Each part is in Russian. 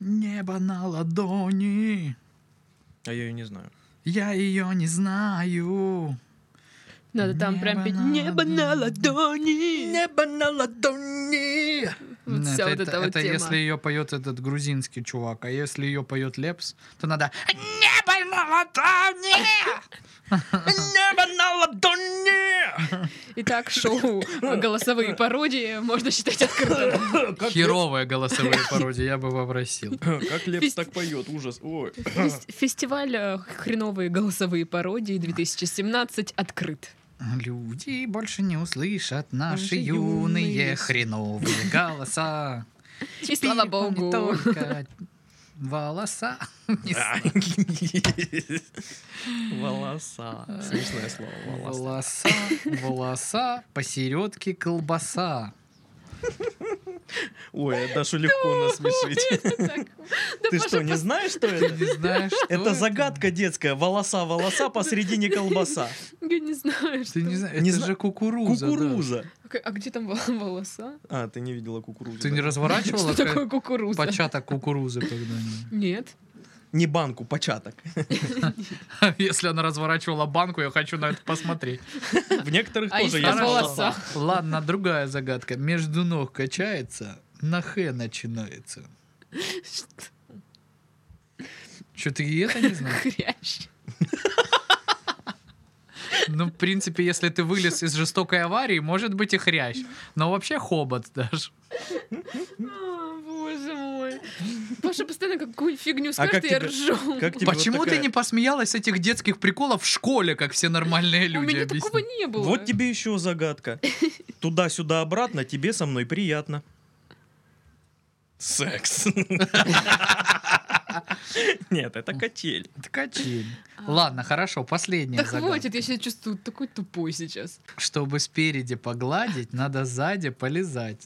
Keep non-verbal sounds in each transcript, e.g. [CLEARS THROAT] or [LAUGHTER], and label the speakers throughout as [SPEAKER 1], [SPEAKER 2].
[SPEAKER 1] Небо на ладони.
[SPEAKER 2] А я ее не знаю.
[SPEAKER 1] Я ее не знаю.
[SPEAKER 3] Надо там прям петь
[SPEAKER 1] Небо на
[SPEAKER 3] «Небо на ладони».
[SPEAKER 2] Небо на ладони.
[SPEAKER 3] Вот
[SPEAKER 1] Ну,
[SPEAKER 3] вся вот эта вот
[SPEAKER 1] это
[SPEAKER 3] тема.
[SPEAKER 1] если ее поет этот грузинский чувак, а если ее поет Лепс, то надо «Небо на ладони!»
[SPEAKER 2] Небо на ладони.
[SPEAKER 3] Итак, шоу [LAUGHS] «Голосовые пародии» можно считать открытым.
[SPEAKER 1] Херовые голосовые
[SPEAKER 3] [LAUGHS]
[SPEAKER 1] пародии, я бы попросил.
[SPEAKER 2] Как Лепс
[SPEAKER 3] Фист-
[SPEAKER 2] так поет, ужас. Ой.
[SPEAKER 3] Фес- [LAUGHS] Фестиваль э, «Хреновые голосовые пародии» 2017 открыт.
[SPEAKER 1] Люди больше не услышат наши
[SPEAKER 3] Наши юные
[SPEAKER 1] юные
[SPEAKER 3] с- [LAUGHS]
[SPEAKER 1] хреновые голоса.
[SPEAKER 3] И слава
[SPEAKER 1] Теперь помню
[SPEAKER 3] [LAUGHS] богу.
[SPEAKER 1] только волоса. Не
[SPEAKER 3] [LAUGHS]
[SPEAKER 2] А. Волоса. Смешное слово. Волоса.
[SPEAKER 1] Волоса, волоса, посередке колбаса.
[SPEAKER 2] Ой, Дашу легко насмешить.
[SPEAKER 3] Да
[SPEAKER 2] Ты что, не знаешь, что это?
[SPEAKER 1] Ты знаешь, что
[SPEAKER 2] [LAUGHS] Это загадка детская. Волоса, волоса, посередине колбаса.
[SPEAKER 3] Я не знаю, что.
[SPEAKER 1] Ты не знаешь,
[SPEAKER 2] Не
[SPEAKER 1] это
[SPEAKER 2] зна-
[SPEAKER 1] же кукуруза. да.
[SPEAKER 2] Кукуруза.
[SPEAKER 3] К- А где там вол- волоса?
[SPEAKER 2] А, ты не видела кукурузу.
[SPEAKER 1] Ты не
[SPEAKER 2] да?
[SPEAKER 1] разворачивала
[SPEAKER 3] Что такое
[SPEAKER 1] ка-
[SPEAKER 3] кукуруза?
[SPEAKER 1] початок кукурузы
[SPEAKER 3] [LAUGHS]
[SPEAKER 1] когда-нибудь?
[SPEAKER 3] Нет.
[SPEAKER 2] Не банку, початок.
[SPEAKER 1] А Если она разворачивала банку, я хочу на это посмотреть.
[SPEAKER 2] В некоторых
[SPEAKER 3] А
[SPEAKER 2] тоже
[SPEAKER 3] из
[SPEAKER 2] есть
[SPEAKER 3] волоса.
[SPEAKER 2] волоса.
[SPEAKER 1] Ладно, другая загадка. Между ног качается, на хэ начинается. Что ты и это не знаешь?
[SPEAKER 3] Хрящ.
[SPEAKER 1] Ну, в принципе, если ты вылез из жестокой аварии, может быть и хрящ. Но вообще хобот даже.
[SPEAKER 3] А, Боже мой. Паша постоянно какую-нибудь фигню
[SPEAKER 2] А как
[SPEAKER 3] скажет, и я
[SPEAKER 2] тебе-
[SPEAKER 3] ржу.
[SPEAKER 2] как тебе-
[SPEAKER 1] Почему
[SPEAKER 2] вот
[SPEAKER 1] ты
[SPEAKER 2] такая-
[SPEAKER 1] не посмеялась с этих детских приколов в школе, как все нормальные
[SPEAKER 3] У
[SPEAKER 1] люди?
[SPEAKER 3] меня такого
[SPEAKER 1] объясни?
[SPEAKER 3] не было.
[SPEAKER 2] Вот тебе
[SPEAKER 1] [LAUGHS]
[SPEAKER 2] еще загадка. Туда-сюда обратно, тебе со мной приятно. Секс. Нет, это качель.
[SPEAKER 1] Это качель. Ладно, хорошо, последняя
[SPEAKER 3] Да
[SPEAKER 1] загадка.
[SPEAKER 3] хватит, я себя чувствую такой тупой сейчас.
[SPEAKER 1] Чтобы спереди погладить, надо сзади полезать.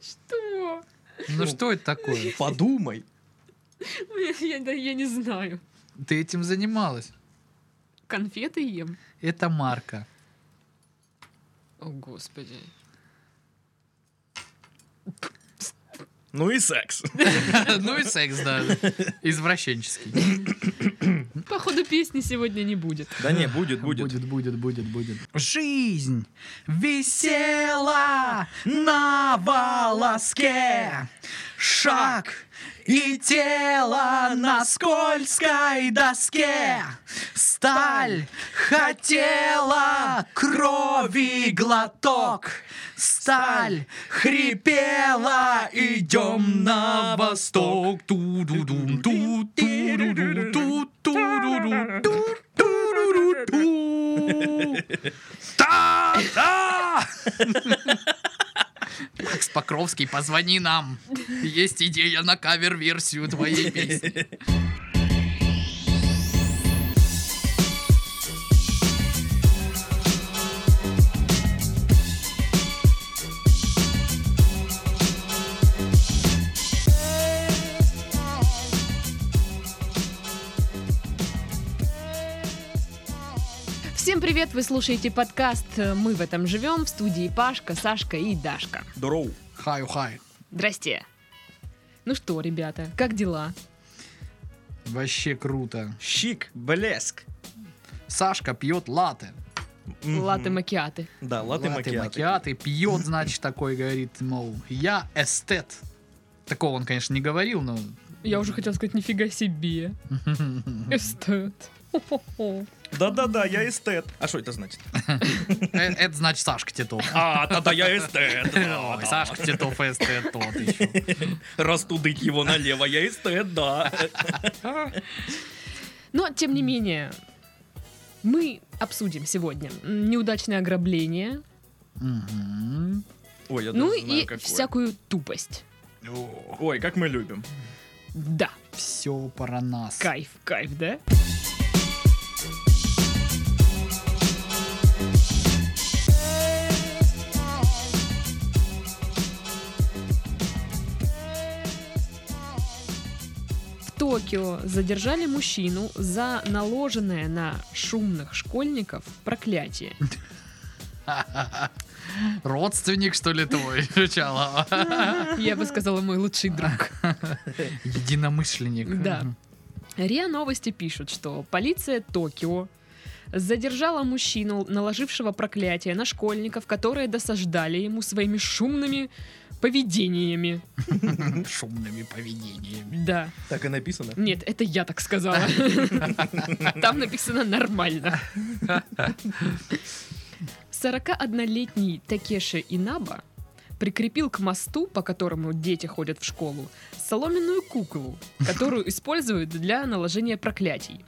[SPEAKER 3] Что?
[SPEAKER 1] Ну что это такое?
[SPEAKER 2] Подумай.
[SPEAKER 3] Я, да я не знаю.
[SPEAKER 1] Ты этим занималась?
[SPEAKER 3] Конфеты ем.
[SPEAKER 1] Это марка.
[SPEAKER 3] О, господи.
[SPEAKER 2] Ну и секс.
[SPEAKER 1] Ну и секс, да. Извращенческий.
[SPEAKER 3] Походу, песни сегодня не будет.
[SPEAKER 2] Да не, будет, будет.
[SPEAKER 1] Будет, будет, будет, будет. Жизнь висела на волоске. Шаг и тело на скользкой доске. Сталь хотела крови глоток. Сталь хрипела, идем на восток. Ту-ду-дум, ту-ду-ду, ту-ту-ду-ду, ту-ту-ру-ру-ту. Та-та! Макс Покровский, позвони нам. Есть идея на кавер-версию твоей песни.
[SPEAKER 3] Всем привет! Вы слушаете подкаст «Э, «Мы в этом живем» в студии Пашка, Сашка и Дашка.
[SPEAKER 2] Дроу.
[SPEAKER 1] Хай-хай.
[SPEAKER 3] Здрасте! Ну что, ребята, как дела?
[SPEAKER 1] Вообще круто.
[SPEAKER 2] Щик, блеск.
[SPEAKER 1] Сашка пьет латы. М-м.
[SPEAKER 2] Мгм.
[SPEAKER 3] Латы-макиаты.
[SPEAKER 2] Да, латы макиаты.
[SPEAKER 1] макиаты. Пьет, значит, такой говорит, мол, я эстет. Такого он, конечно, не говорил, но...
[SPEAKER 3] Я уже хотела сказать, нифига себе. Эстет. Хо-хо-хо.
[SPEAKER 2] Да-да-да, я эстет. А что это значит?
[SPEAKER 1] Э, Это значит Сашка Титов.
[SPEAKER 2] А, да-да, я эстет. да,
[SPEAKER 1] [LAUGHS] Ой,
[SPEAKER 2] да.
[SPEAKER 1] Сашка Титов эстет тот еще.
[SPEAKER 2] Растудыть его налево, я эстет, да.
[SPEAKER 3] [LAUGHS] Но, тем не менее, мы обсудим сегодня м, неудачное ограбление,
[SPEAKER 1] Мгм.
[SPEAKER 2] Ой, я
[SPEAKER 3] ну
[SPEAKER 2] даже знаю,
[SPEAKER 3] и
[SPEAKER 2] какое.
[SPEAKER 3] всякую тупость.
[SPEAKER 2] Ой, как мы любим.
[SPEAKER 3] Да,
[SPEAKER 1] Все про нас.
[SPEAKER 3] кайф, кайф, да? В Токио задержали мужчину за наложенное на шумных школьников проклятие.
[SPEAKER 1] [LAUGHS] Родственник, что ли, твой, [LAUGHS] Чалова?
[SPEAKER 3] [LAUGHS] Я бы сказала, мой лучший друг.
[SPEAKER 1] Единомышленник.
[SPEAKER 3] Да. РИА Новости пишут, что полиция Токио задержала мужчину, наложившего проклятие на школьников, которые досаждали ему своими шумными поведениями.
[SPEAKER 1] Шумными поведениями.
[SPEAKER 3] Да.
[SPEAKER 2] Так и написано.
[SPEAKER 3] Нет, это я
[SPEAKER 1] [LAUGHS]
[SPEAKER 3] так сказала. Там написано нормально. 41-летний Такеши Инаба прикрепил к мосту, по которому дети ходят в школу, соломенную куклу, которую используют для наложения проклятий.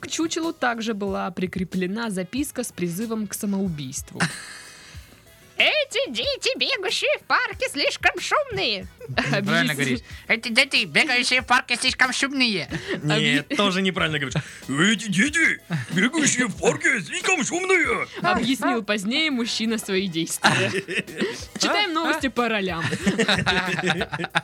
[SPEAKER 3] К чучелу также была прикреплена записка с призывом к самоубийству. Эти дети, бегающие в парке, слишком шумные.
[SPEAKER 1] Правильно
[SPEAKER 3] Объяс-
[SPEAKER 1] говоришь. Эти дети, бегающие в парке, слишком шумные.
[SPEAKER 3] а
[SPEAKER 2] Нет, тоже неправильно говоришь. Эти дети, бегающие в парке, слишком шумные.
[SPEAKER 3] Объяснил позднее мужчина
[SPEAKER 1] [LAUGHS]
[SPEAKER 3] свои действия. Читаем новости по ролям. А
[SPEAKER 2] А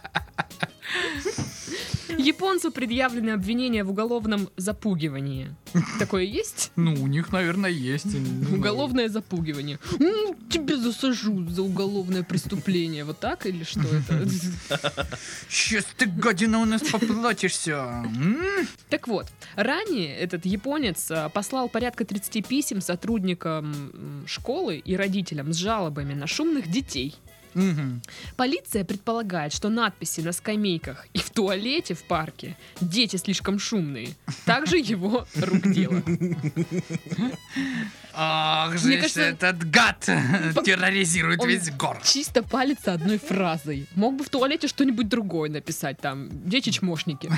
[SPEAKER 3] Японцу предъявлены обвинения в уголовном запугивании. Такое есть?
[SPEAKER 1] Ну, у них, наверное, есть.
[SPEAKER 3] [LAUGHS] Уголовное запугивание. М, Тебе засажу за уголовное преступление. Вот так или что это?
[SPEAKER 1] Сейчас ты, гадина, у нас поплатишься. М?
[SPEAKER 3] Так вот, ранее этот японец а, послал порядка 30 писем сотрудникам м, школы и родителям с жалобами на шумных детей.
[SPEAKER 1] Мгм.
[SPEAKER 3] Полиция предполагает, что надписи на скамейках и в туалете в парке «Дети слишком шумные» также его рук дело.
[SPEAKER 1] Ах
[SPEAKER 3] Мне
[SPEAKER 1] же ж
[SPEAKER 3] кажется,
[SPEAKER 1] этот гад [LAUGHS] терроризирует
[SPEAKER 3] [LAUGHS] он-
[SPEAKER 1] весь город.
[SPEAKER 3] Чисто палец одной фразой. Мог бы в туалете что-нибудь другое написать, там «Дети-чмошники».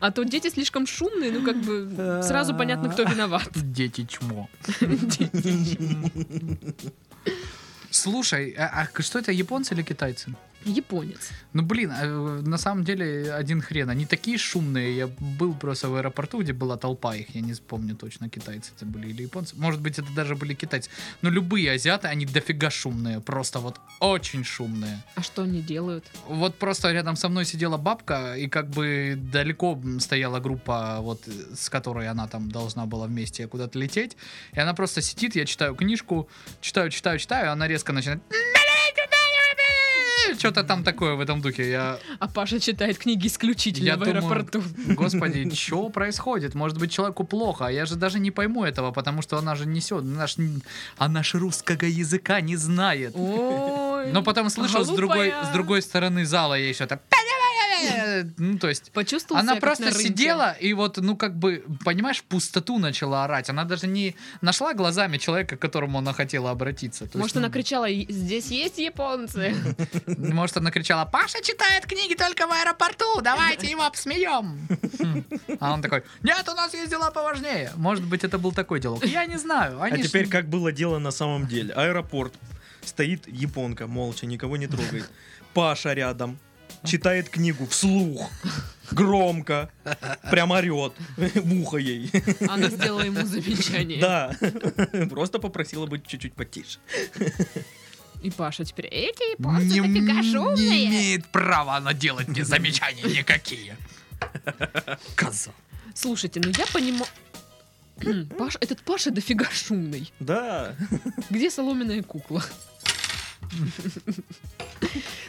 [SPEAKER 3] А то дети слишком шумные, ну как бы сразу понятно, кто виноват.
[SPEAKER 1] Дети чмо. Слушай, а, а что это, японцы или китайцы?
[SPEAKER 3] Японец.
[SPEAKER 1] Ну, блин, э, на самом деле один хрен. Они такие шумные. Я был просто в аэропорту, где была толпа их. Я не вспомню точно, китайцы это были или японцы. Может быть, это даже были китайцы. Но любые азиаты, они дофига шумные. Просто вот очень шумные.
[SPEAKER 3] А что они делают?
[SPEAKER 1] Вот просто рядом со мной сидела бабка, и как бы далеко м, стояла группа, вот э, с которой она там должна была вместе куда-то лететь. И она просто сидит, я читаю книжку, читаю, читаю, читаю, и она резко начинает... Что-то там такое в этом духе. Я,
[SPEAKER 3] А Паша читает книги исключительно
[SPEAKER 1] Я
[SPEAKER 3] в
[SPEAKER 1] думаю,
[SPEAKER 3] аэропорту.
[SPEAKER 1] господи, что происходит? Может быть, человеку плохо, а я же даже не пойму этого, потому что она же несет, она ж, н- она ж русского языка не знает.
[SPEAKER 3] Ой.
[SPEAKER 1] Но потом слышал с другой,
[SPEAKER 3] глупая.
[SPEAKER 1] с другой стороны зала ей что-то... Ну, то есть...
[SPEAKER 3] Почувствовал
[SPEAKER 1] Она
[SPEAKER 3] себя как на
[SPEAKER 1] просто
[SPEAKER 3] рынке.
[SPEAKER 1] сидела и вот, ну, как бы, понимаешь, в пустоту начала орать. Она даже не нашла глазами человека, к которому она хотела обратиться. То
[SPEAKER 3] Может,
[SPEAKER 1] есть,
[SPEAKER 3] она кричала, «И- здесь есть японцы?
[SPEAKER 1] ну, Может, она кричала, Паша читает книги только в аэропорту, давайте его обсмеем. Хм. А он такой, нет, у нас есть дела поважнее. Может быть, это был такой диалог. Я не знаю.
[SPEAKER 2] А
[SPEAKER 1] Они ж-
[SPEAKER 2] теперь как было дело на самом деле? Аэропорт. Стоит японка, молча, никого не трогает. Паша рядом. Читает книгу вслух. Громко. Прям орет. В ухо ей.
[SPEAKER 3] Она сделала ему замечание.
[SPEAKER 2] Да. Просто попросила быть чуть-чуть потише.
[SPEAKER 3] И Паша теперь, эти японцы
[SPEAKER 1] не,
[SPEAKER 3] дофига
[SPEAKER 1] не
[SPEAKER 3] шумные.
[SPEAKER 1] имеет права она делать мне замечания никакие. Коза.
[SPEAKER 3] Слушайте, ну я понимаю... [CLEARS THROAT] Паш, этот Паша дофига шумный.
[SPEAKER 2] Да.
[SPEAKER 3] Где соломенная кукла?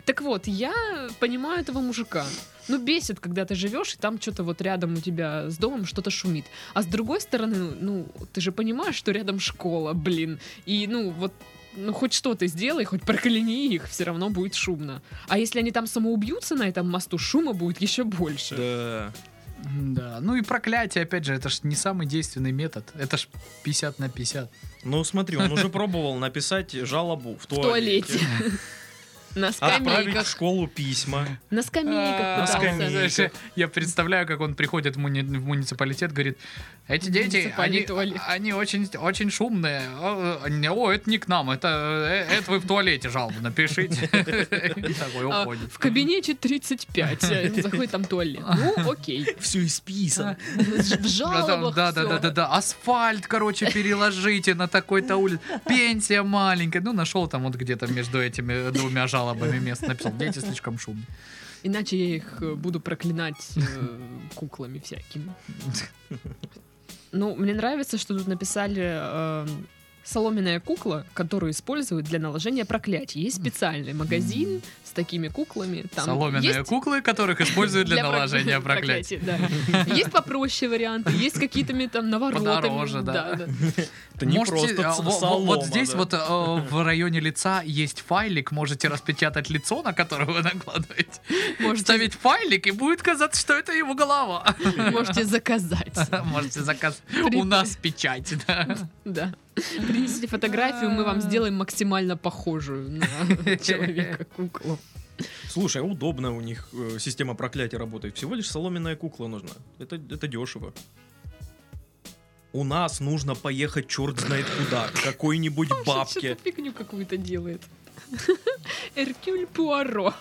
[SPEAKER 3] Так вот, я понимаю этого мужика. Ну, бесит, когда ты живешь, и там что-то вот рядом у тебя с домом что-то шумит. А с другой стороны, ну, ты же понимаешь, что рядом школа, блин. И, ну, вот, ну, хоть что-то сделай, хоть прокляни их, все равно будет шумно. А если они там самоубьются на этом мосту, шума будет еще больше.
[SPEAKER 2] Да.
[SPEAKER 1] Да, ну и проклятие, опять же, это ж не самый действенный метод. Это ж 50 на 50.
[SPEAKER 2] Ну смотри, он уже пробовал написать жалобу в
[SPEAKER 3] В туалете.
[SPEAKER 2] туалете.
[SPEAKER 3] На
[SPEAKER 2] А Отправить в
[SPEAKER 3] скамейках.
[SPEAKER 2] школу письма.
[SPEAKER 3] На скамейках
[SPEAKER 1] А,
[SPEAKER 2] На
[SPEAKER 3] пытался.
[SPEAKER 2] скамейках.
[SPEAKER 1] знаешь, Я представляю, как он приходит в муни- в муниципалитет, говорит, эти дети,
[SPEAKER 3] Муниципальный
[SPEAKER 1] они, а,
[SPEAKER 3] туалет.
[SPEAKER 1] они очень, очень шумные. О, э, не- о, это не к нам, это, э, это вы в туалете жалобу напишите. И Такой
[SPEAKER 3] А,
[SPEAKER 1] уходит.
[SPEAKER 3] в
[SPEAKER 2] [LAUGHS]
[SPEAKER 3] кабинете 35. э, Заходит там туалет. Ну, окей.
[SPEAKER 2] Все исписано.
[SPEAKER 1] [LAUGHS] А,
[SPEAKER 3] В
[SPEAKER 1] Да, да,
[SPEAKER 3] жалобах
[SPEAKER 1] да,
[SPEAKER 3] всё.
[SPEAKER 1] да, да, да, да. Асфальт, короче, переложите на такой-то улице. Пенсия маленькая. Ну, нашел там вот где-то между этими двумя жалобами место. Написал, дети слишком шумные.
[SPEAKER 3] Иначе я их э, буду проклинать э, куклами
[SPEAKER 1] [LAUGHS]
[SPEAKER 3] всякими. Ну, мне нравится, что тут написали э, Соломенная кукла, которую используют для наложения проклятий. Есть специальный магазин с такими куклами. Там
[SPEAKER 1] Соломенные
[SPEAKER 3] есть
[SPEAKER 1] куклы, которых используют для,
[SPEAKER 3] прокля- [LAUGHS]
[SPEAKER 1] наложения проклятий.
[SPEAKER 3] да. Есть попроще варианты, есть какие-то
[SPEAKER 1] [LAUGHS]
[SPEAKER 3] там наворотами.
[SPEAKER 1] Подороже, да.
[SPEAKER 3] да.
[SPEAKER 2] Это не
[SPEAKER 1] Можете,
[SPEAKER 2] просто
[SPEAKER 1] а,
[SPEAKER 2] ц-
[SPEAKER 1] во- во-
[SPEAKER 2] солома,
[SPEAKER 1] вот здесь
[SPEAKER 2] да.
[SPEAKER 1] вот э, в районе лица есть файлик, можете распечатать лицо, на которое вы накладываете,
[SPEAKER 3] Можете,
[SPEAKER 1] вставить файлик и будет казаться, что это его голова. [LAUGHS]
[SPEAKER 3] можете заказать.
[SPEAKER 1] Можете заказ
[SPEAKER 3] При-
[SPEAKER 1] у нас печать. да.
[SPEAKER 3] Да. Принесите фотографию, мы вам сделаем максимально похожую на человека-куклу.
[SPEAKER 2] Слушай, а удобно у них э, система проклятия работает. Всего лишь соломенная кукла нужна. Это, это дешево. У нас нужно поехать черт знает куда. к Какой-нибудь бабке.
[SPEAKER 3] Что-то фигню какую-то делает. [LAUGHS] Эркюль Пуаро.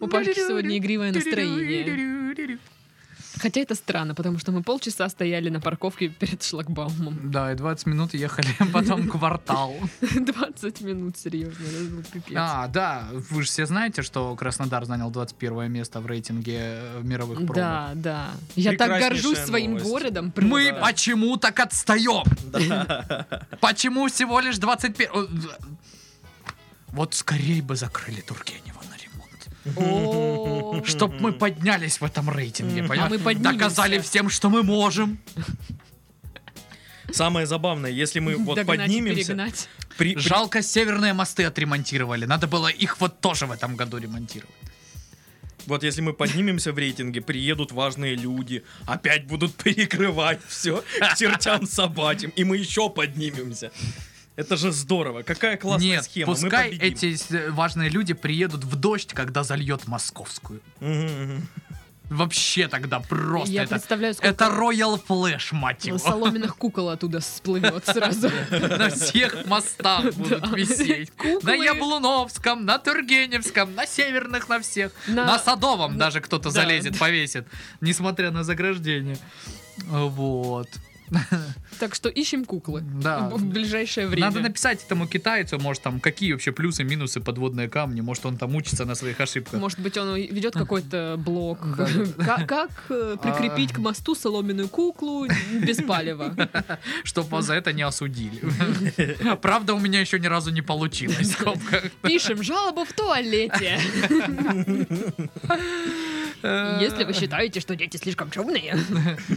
[SPEAKER 3] У Пашки сегодня игривое настроение. Хотя это странно, потому что мы полчаса стояли на парковке перед шлагбаумом. [LAUGHS]
[SPEAKER 1] Да, и 20 минут ехали, [LAUGHS] потом квартал.
[SPEAKER 3] 20 минут, серьезно, это был пипец.
[SPEAKER 1] А, да, вы же все знаете, что Краснодар занял 21 место в рейтинге э, мировых пробок.
[SPEAKER 3] Да, да. Я так горжусь
[SPEAKER 2] Прекраснейшая
[SPEAKER 3] своим
[SPEAKER 2] новость.
[SPEAKER 3] городом.
[SPEAKER 1] Мы
[SPEAKER 2] Да.
[SPEAKER 1] почему так отстаем?
[SPEAKER 2] Да.
[SPEAKER 1] Почему всего лишь 21... О, в- Вот скорее бы закрыли Тургенева на ремонт.
[SPEAKER 3] [LAUGHS] О.
[SPEAKER 1] Чтоб мы поднялись в этом рейтинге,
[SPEAKER 2] А
[SPEAKER 1] понимаешь?
[SPEAKER 3] мы поднимемся.
[SPEAKER 1] Доказали всем, что мы можем.
[SPEAKER 2] Самое забавное, если мы вот
[SPEAKER 3] Догнать и
[SPEAKER 2] поднимемся.
[SPEAKER 3] перегнать.
[SPEAKER 2] при- при-
[SPEAKER 1] Жалко, северные мосты отремонтировали. Надо было их вот тоже в этом году ремонтировать.
[SPEAKER 2] Вот если мы поднимемся в рейтинге, приедут важные люди, опять будут [LAUGHS] перекрывать все к чертям собачьим, и мы еще поднимемся. Это же здорово. Какая классная
[SPEAKER 1] Нет,
[SPEAKER 2] схема. мы
[SPEAKER 1] пускай
[SPEAKER 2] победим.
[SPEAKER 1] эти с- э, важные люди приедут в дождь, когда зальет московскую.
[SPEAKER 2] Мгм, мгм.
[SPEAKER 1] Вообще тогда просто
[SPEAKER 3] Я
[SPEAKER 1] это...
[SPEAKER 3] представляю, сколько
[SPEAKER 1] Это типа. Royal Flash, мать его.
[SPEAKER 3] соломенных кукол оттуда сплывет сразу.
[SPEAKER 1] На всех мостах будут
[SPEAKER 3] Да.
[SPEAKER 1] висеть. На
[SPEAKER 3] Куклы.
[SPEAKER 1] Яблуновском, на Тургеневском, на Северных, на всех.
[SPEAKER 3] На-
[SPEAKER 1] На Садовом даже кто-то
[SPEAKER 3] Да.
[SPEAKER 1] залезет, повесит. Несмотря на заграждение. Вот.
[SPEAKER 3] Так что ищем куклы.
[SPEAKER 1] Да.
[SPEAKER 3] В в ближайшее Ну, время.
[SPEAKER 1] Надо написать этому китайцу, может, там, какие вообще плюсы, минусы, подводные камни. Может, он там учится на своих ошибках.
[SPEAKER 3] Может быть, он ведет какой-то блог.
[SPEAKER 1] Да, А.
[SPEAKER 3] Ка- Как э, прикрепить к мосту соломенную куклу без палева?
[SPEAKER 1] Чтоб вас за это не
[SPEAKER 3] [LAUGHS]
[SPEAKER 1] осудили. Правда, у меня еще ни разу не получилось. в скобках.
[SPEAKER 3] Пишем жалобу в туалете. Если вы считаете, что дети слишком шумные.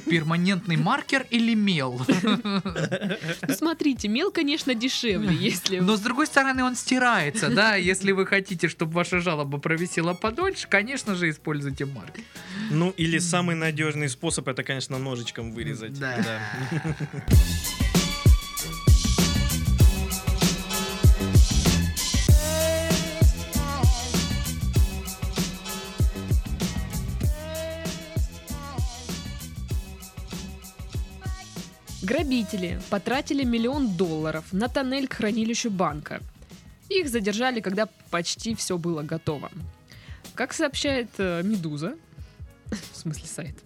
[SPEAKER 1] Перманентный маркер или мел?
[SPEAKER 3] Ну, смотрите, мел, конечно, дешевле,
[SPEAKER 1] Ну,
[SPEAKER 3] если...
[SPEAKER 1] Но с другой стороны, он стирается,
[SPEAKER 3] [LAUGHS]
[SPEAKER 1] да. Если вы хотите, чтобы ваша жалоба провисела подольше, конечно же, используйте маркер.
[SPEAKER 2] Ну или самый надежный способ это, конечно, ножичком вырезать.
[SPEAKER 1] Да.
[SPEAKER 3] Грабители потратили миллион долларов на тоннель к хранилищу банка. Их задержали, когда почти все было готово. Как сообщает э, «Медуза», в смысле сайт,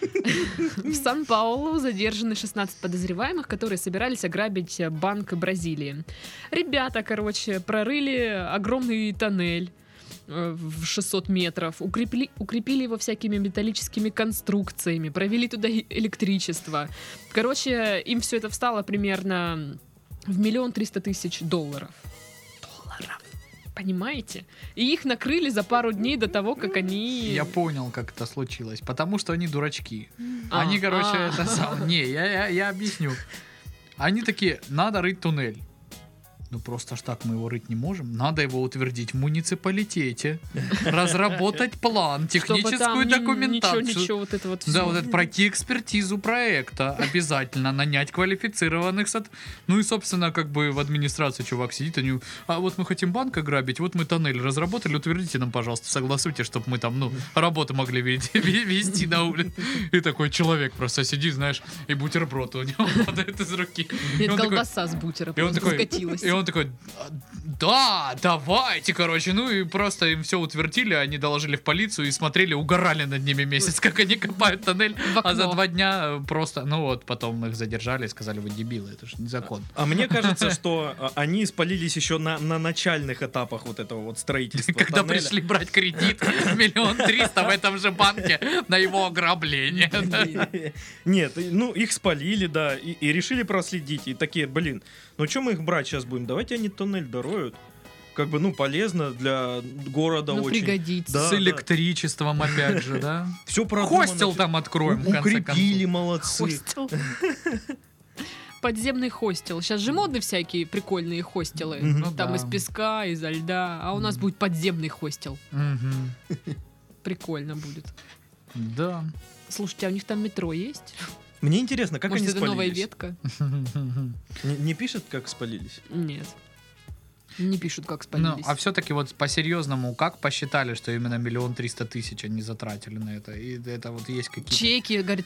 [SPEAKER 3] в Сан-Паулу задержаны 16 подозреваемых, которые собирались ограбить э, банк Бразилии. Ребята, короче, прорыли огромный тоннель э, в 600 метров, укрепили, укрепили его всякими металлическими конструкциями, провели туда и- электричество. Короче, им все это встало примерно в миллион триста тысяч долларов. Долларов. Понимаете? И их накрыли за пару дней до того, как они...
[SPEAKER 1] Я понял, как это случилось. Потому что они дурачки.
[SPEAKER 3] А,
[SPEAKER 1] Они, короче,
[SPEAKER 3] а.
[SPEAKER 1] это
[SPEAKER 3] [LAUGHS]
[SPEAKER 1] сам. Не, я, я, я объясню. Они такие, надо рыть туннель. Ну просто ж так мы его рыть не можем. Надо его утвердить в муниципалитете.
[SPEAKER 3] [LAUGHS]
[SPEAKER 1] Разработать план,
[SPEAKER 3] чтобы там
[SPEAKER 1] техническую
[SPEAKER 3] ни- Ничего,
[SPEAKER 1] документацию.
[SPEAKER 3] ничего, вот это вот
[SPEAKER 1] Да,
[SPEAKER 3] всё.
[SPEAKER 1] вот это пройти экспертизу проекта обязательно, нанять квалифицированных сот... Ну и, собственно, как бы в администрации чувак сидит, они, а вот мы хотим банк ограбить, вот мы тоннель разработали, утвердите нам, пожалуйста, согласуйте, чтобы мы там, ну, работу могли ве- ве- вести на улице. И такой человек просто сидит, знаешь, и бутерброд у него [LAUGHS] падает из руки.
[SPEAKER 3] Нет,
[SPEAKER 1] И он такой-
[SPEAKER 3] колбаса с бутера
[SPEAKER 1] и он
[SPEAKER 3] просто
[SPEAKER 1] такой,
[SPEAKER 3] скатилась.
[SPEAKER 1] и он он такой, да, давайте, короче. Ну и просто им все утвердили, они доложили в полицию и смотрели, угорали над ними месяц, как они копают тоннель.
[SPEAKER 3] В
[SPEAKER 1] А за
[SPEAKER 3] окно.
[SPEAKER 1] два дня э, просто, ну вот, потом их задержали и сказали, вы дебилы, это же незаконно.
[SPEAKER 2] А мне кажется, что а, они спалились еще на, на начальных этапах вот этого вот
[SPEAKER 1] [LAUGHS]
[SPEAKER 2] строительства.
[SPEAKER 1] Когда
[SPEAKER 2] тоннеля.
[SPEAKER 1] пришли брать кредит, миллион триста в этом же банке на его ограбление.
[SPEAKER 2] [LAUGHS] Нет, и- ну их спалили, да, и, и решили проследить. И такие, блин, ну что мы их брать сейчас будем? Давайте они тоннель дороют. Как бы, ну, полезно для города
[SPEAKER 3] Ну,
[SPEAKER 2] очень.
[SPEAKER 3] пригодится.
[SPEAKER 2] Да,
[SPEAKER 1] С
[SPEAKER 2] да.
[SPEAKER 1] электричеством опять же, да?
[SPEAKER 2] Все продумано.
[SPEAKER 1] Хостел
[SPEAKER 2] всё-
[SPEAKER 1] там откроем, в
[SPEAKER 2] У-
[SPEAKER 1] конце
[SPEAKER 2] Укрепили,
[SPEAKER 1] концов.
[SPEAKER 2] молодцы.
[SPEAKER 3] Хостел. [LAUGHS] Подземный хостел. Сейчас же модны всякие прикольные хостелы.
[SPEAKER 2] Мгм.
[SPEAKER 1] Ну
[SPEAKER 3] Там
[SPEAKER 1] да.
[SPEAKER 3] из песка, изо льда. А у нас
[SPEAKER 1] Мгм.
[SPEAKER 3] будет подземный хостел.
[SPEAKER 1] Мгм.
[SPEAKER 3] Прикольно будет.
[SPEAKER 1] Да. [LAUGHS]
[SPEAKER 3] Слушайте, а у них там метро есть?
[SPEAKER 2] Мне интересно, как
[SPEAKER 3] Может,
[SPEAKER 2] они
[SPEAKER 3] это новая
[SPEAKER 2] спалились?
[SPEAKER 3] ветка?
[SPEAKER 2] Не, не пишет, как
[SPEAKER 1] [LAUGHS]
[SPEAKER 2] спалились?
[SPEAKER 3] Нет. Не пишут, как
[SPEAKER 1] Ну,
[SPEAKER 3] спалились.
[SPEAKER 1] а все-таки вот по-серьезному, как посчитали, что именно миллион триста тысяч они затратили на это? И это вот есть какие-то...
[SPEAKER 3] Чеки, говорит,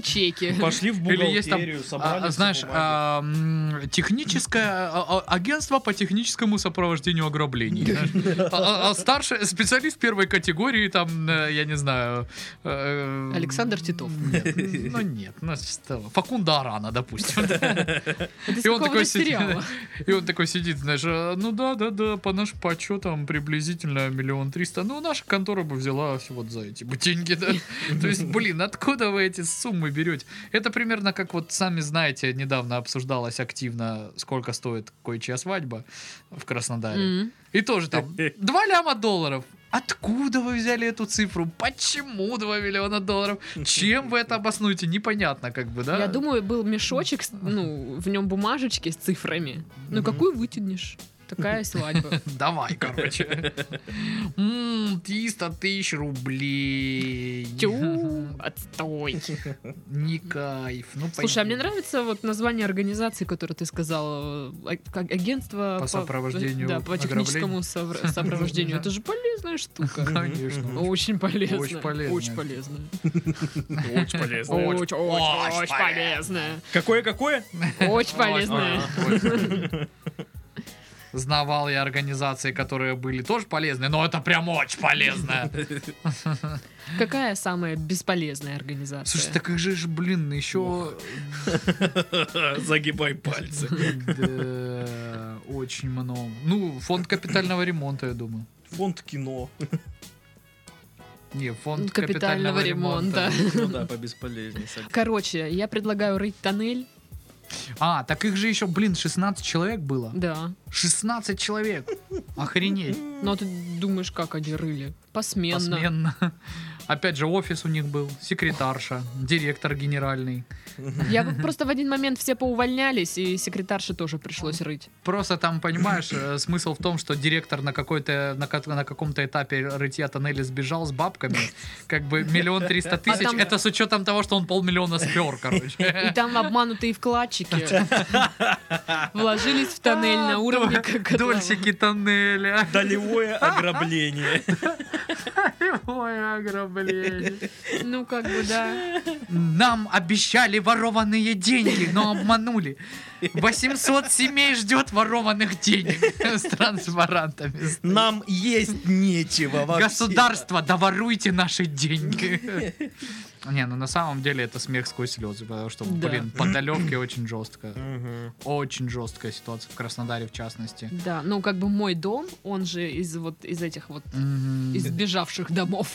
[SPEAKER 1] [LAUGHS]
[SPEAKER 3] чеки.
[SPEAKER 2] Ну, Пошли в
[SPEAKER 1] Или есть там,
[SPEAKER 2] бухгалтерию,
[SPEAKER 1] А,
[SPEAKER 2] собрали
[SPEAKER 1] а,
[SPEAKER 2] все
[SPEAKER 1] знаешь,
[SPEAKER 2] бумаги.
[SPEAKER 1] а, м, техническое а, а, агентство по техническому сопровождению ограблений. знаешь. А- а- а Старший специалист первой категории, там, э, я не знаю. э,
[SPEAKER 3] Александр Титов.
[SPEAKER 1] Нет, ну нет, ну что, Факунда Арана, допустим.
[SPEAKER 3] Это из
[SPEAKER 1] И он
[SPEAKER 3] какого-то
[SPEAKER 1] такой сидит,
[SPEAKER 3] сериала.
[SPEAKER 1] И он такой сидит, знаешь, «А, ну да, да, да, по нашим подсчетам приблизительно миллион триста. Ну, наша контора бы взяла всё вот за эти бы деньги, да. То есть, блин, откуда вы эти суммы берете? Это примерно как вот, сами знаете, недавно обсуждалось активно, сколько стоит кое-чья свадьба в Краснодаре.
[SPEAKER 3] М.
[SPEAKER 1] И тоже там 2 ляма долларов. Откуда вы взяли эту цифру? Почему 2 миллиона долларов? Чем вы
[SPEAKER 2] [LAUGHS]
[SPEAKER 1] это обоснуете? Непонятно, как бы, да?
[SPEAKER 3] Я думаю, был мешочек, с- ну, в нем бумажечки с цифрами. Ну,
[SPEAKER 1] Мгм.
[SPEAKER 3] какую вытянешь?
[SPEAKER 1] [LAUGHS]
[SPEAKER 3] Такая свадьба.
[SPEAKER 1] Давай, короче. М, 300 тысяч рублей.
[SPEAKER 3] Тю, отстой.
[SPEAKER 1] Не кайф. Ну,
[SPEAKER 3] Слушай, а мне
[SPEAKER 1] пойди.
[SPEAKER 3] нравится вот название организации, которую ты сказала, а- как агентство
[SPEAKER 1] По сопровождению
[SPEAKER 3] да, по техническому совра- сопровождению. Это же
[SPEAKER 1] [LAUGHS]
[SPEAKER 3] полезная штука.
[SPEAKER 1] Конечно.
[SPEAKER 3] Очень полезная.
[SPEAKER 1] Очень полезная.
[SPEAKER 3] Очень полезная.
[SPEAKER 1] Очень полезно.
[SPEAKER 3] Очень, очень, очень полезная.
[SPEAKER 1] [LAUGHS]
[SPEAKER 2] Какое-какое?
[SPEAKER 3] Очень полезная.
[SPEAKER 1] Знавал я организации, которые были тоже полезны, но это прям очень полезно.
[SPEAKER 3] Какая самая бесполезная организация?
[SPEAKER 1] Слушай, так их же, ж, блин, еще...
[SPEAKER 2] Загибай пальцы.
[SPEAKER 1] Да, э, Очень много. Ну, фонд капитального ремонта, я думаю. [LAUGHS]
[SPEAKER 2] Фонд кино.
[SPEAKER 1] Не, фонд
[SPEAKER 3] Капитального
[SPEAKER 1] капитального,
[SPEAKER 3] ремонта.
[SPEAKER 1] ремонта.
[SPEAKER 2] Ну да, побесполезнее. согласен.
[SPEAKER 3] Короче, я предлагаю рыть тоннель.
[SPEAKER 1] А, так их же еще, блин, 16 человек было.
[SPEAKER 3] Да.
[SPEAKER 1] 16 человек. Охренеть.
[SPEAKER 3] Но ты думаешь, как они рыли? Посменно.
[SPEAKER 1] Посменно. [LAUGHS] Опять же, офис у них был, секретарша, директор генеральный.
[SPEAKER 3] Я бы просто в один момент все поувольнялись, и секретарше тоже пришлось рыть.
[SPEAKER 1] Просто там, понимаешь, э, смысл в том, что директор на, какой-то, на, ка- на каком-то этапе рытья тоннеля сбежал с бабками. Как бы миллион триста тысяч.
[SPEAKER 3] там-
[SPEAKER 1] Это с учетом того, что он полмиллиона спер,
[SPEAKER 3] [LAUGHS]
[SPEAKER 1] короче.
[SPEAKER 3] И там обманутые вкладчики вложились в тоннель на уровне как
[SPEAKER 1] Дольщики тоннеля. [LAUGHS]
[SPEAKER 2] Долевое ограбление.
[SPEAKER 1] Ой, ограбление.
[SPEAKER 3] Ну, как бы, да.
[SPEAKER 1] Нам обещали ворованные деньги, но обманули. 800 семей ждет ворованных денег [LAUGHS] с трансфарантами.
[SPEAKER 2] Нам есть нечего вообще.
[SPEAKER 1] Государство, доворуйте наши деньги. Не, ну на самом деле это смех сквозь слезы, потому что,
[SPEAKER 3] Да.
[SPEAKER 1] блин, по далевке очень жестко.
[SPEAKER 2] Мгм.
[SPEAKER 1] Очень жесткая ситуация в Краснодаре, в частности.
[SPEAKER 3] Да, ну, как бы мой дом, он же из вот из этих вот
[SPEAKER 1] Мгм.
[SPEAKER 3] избежавших домов.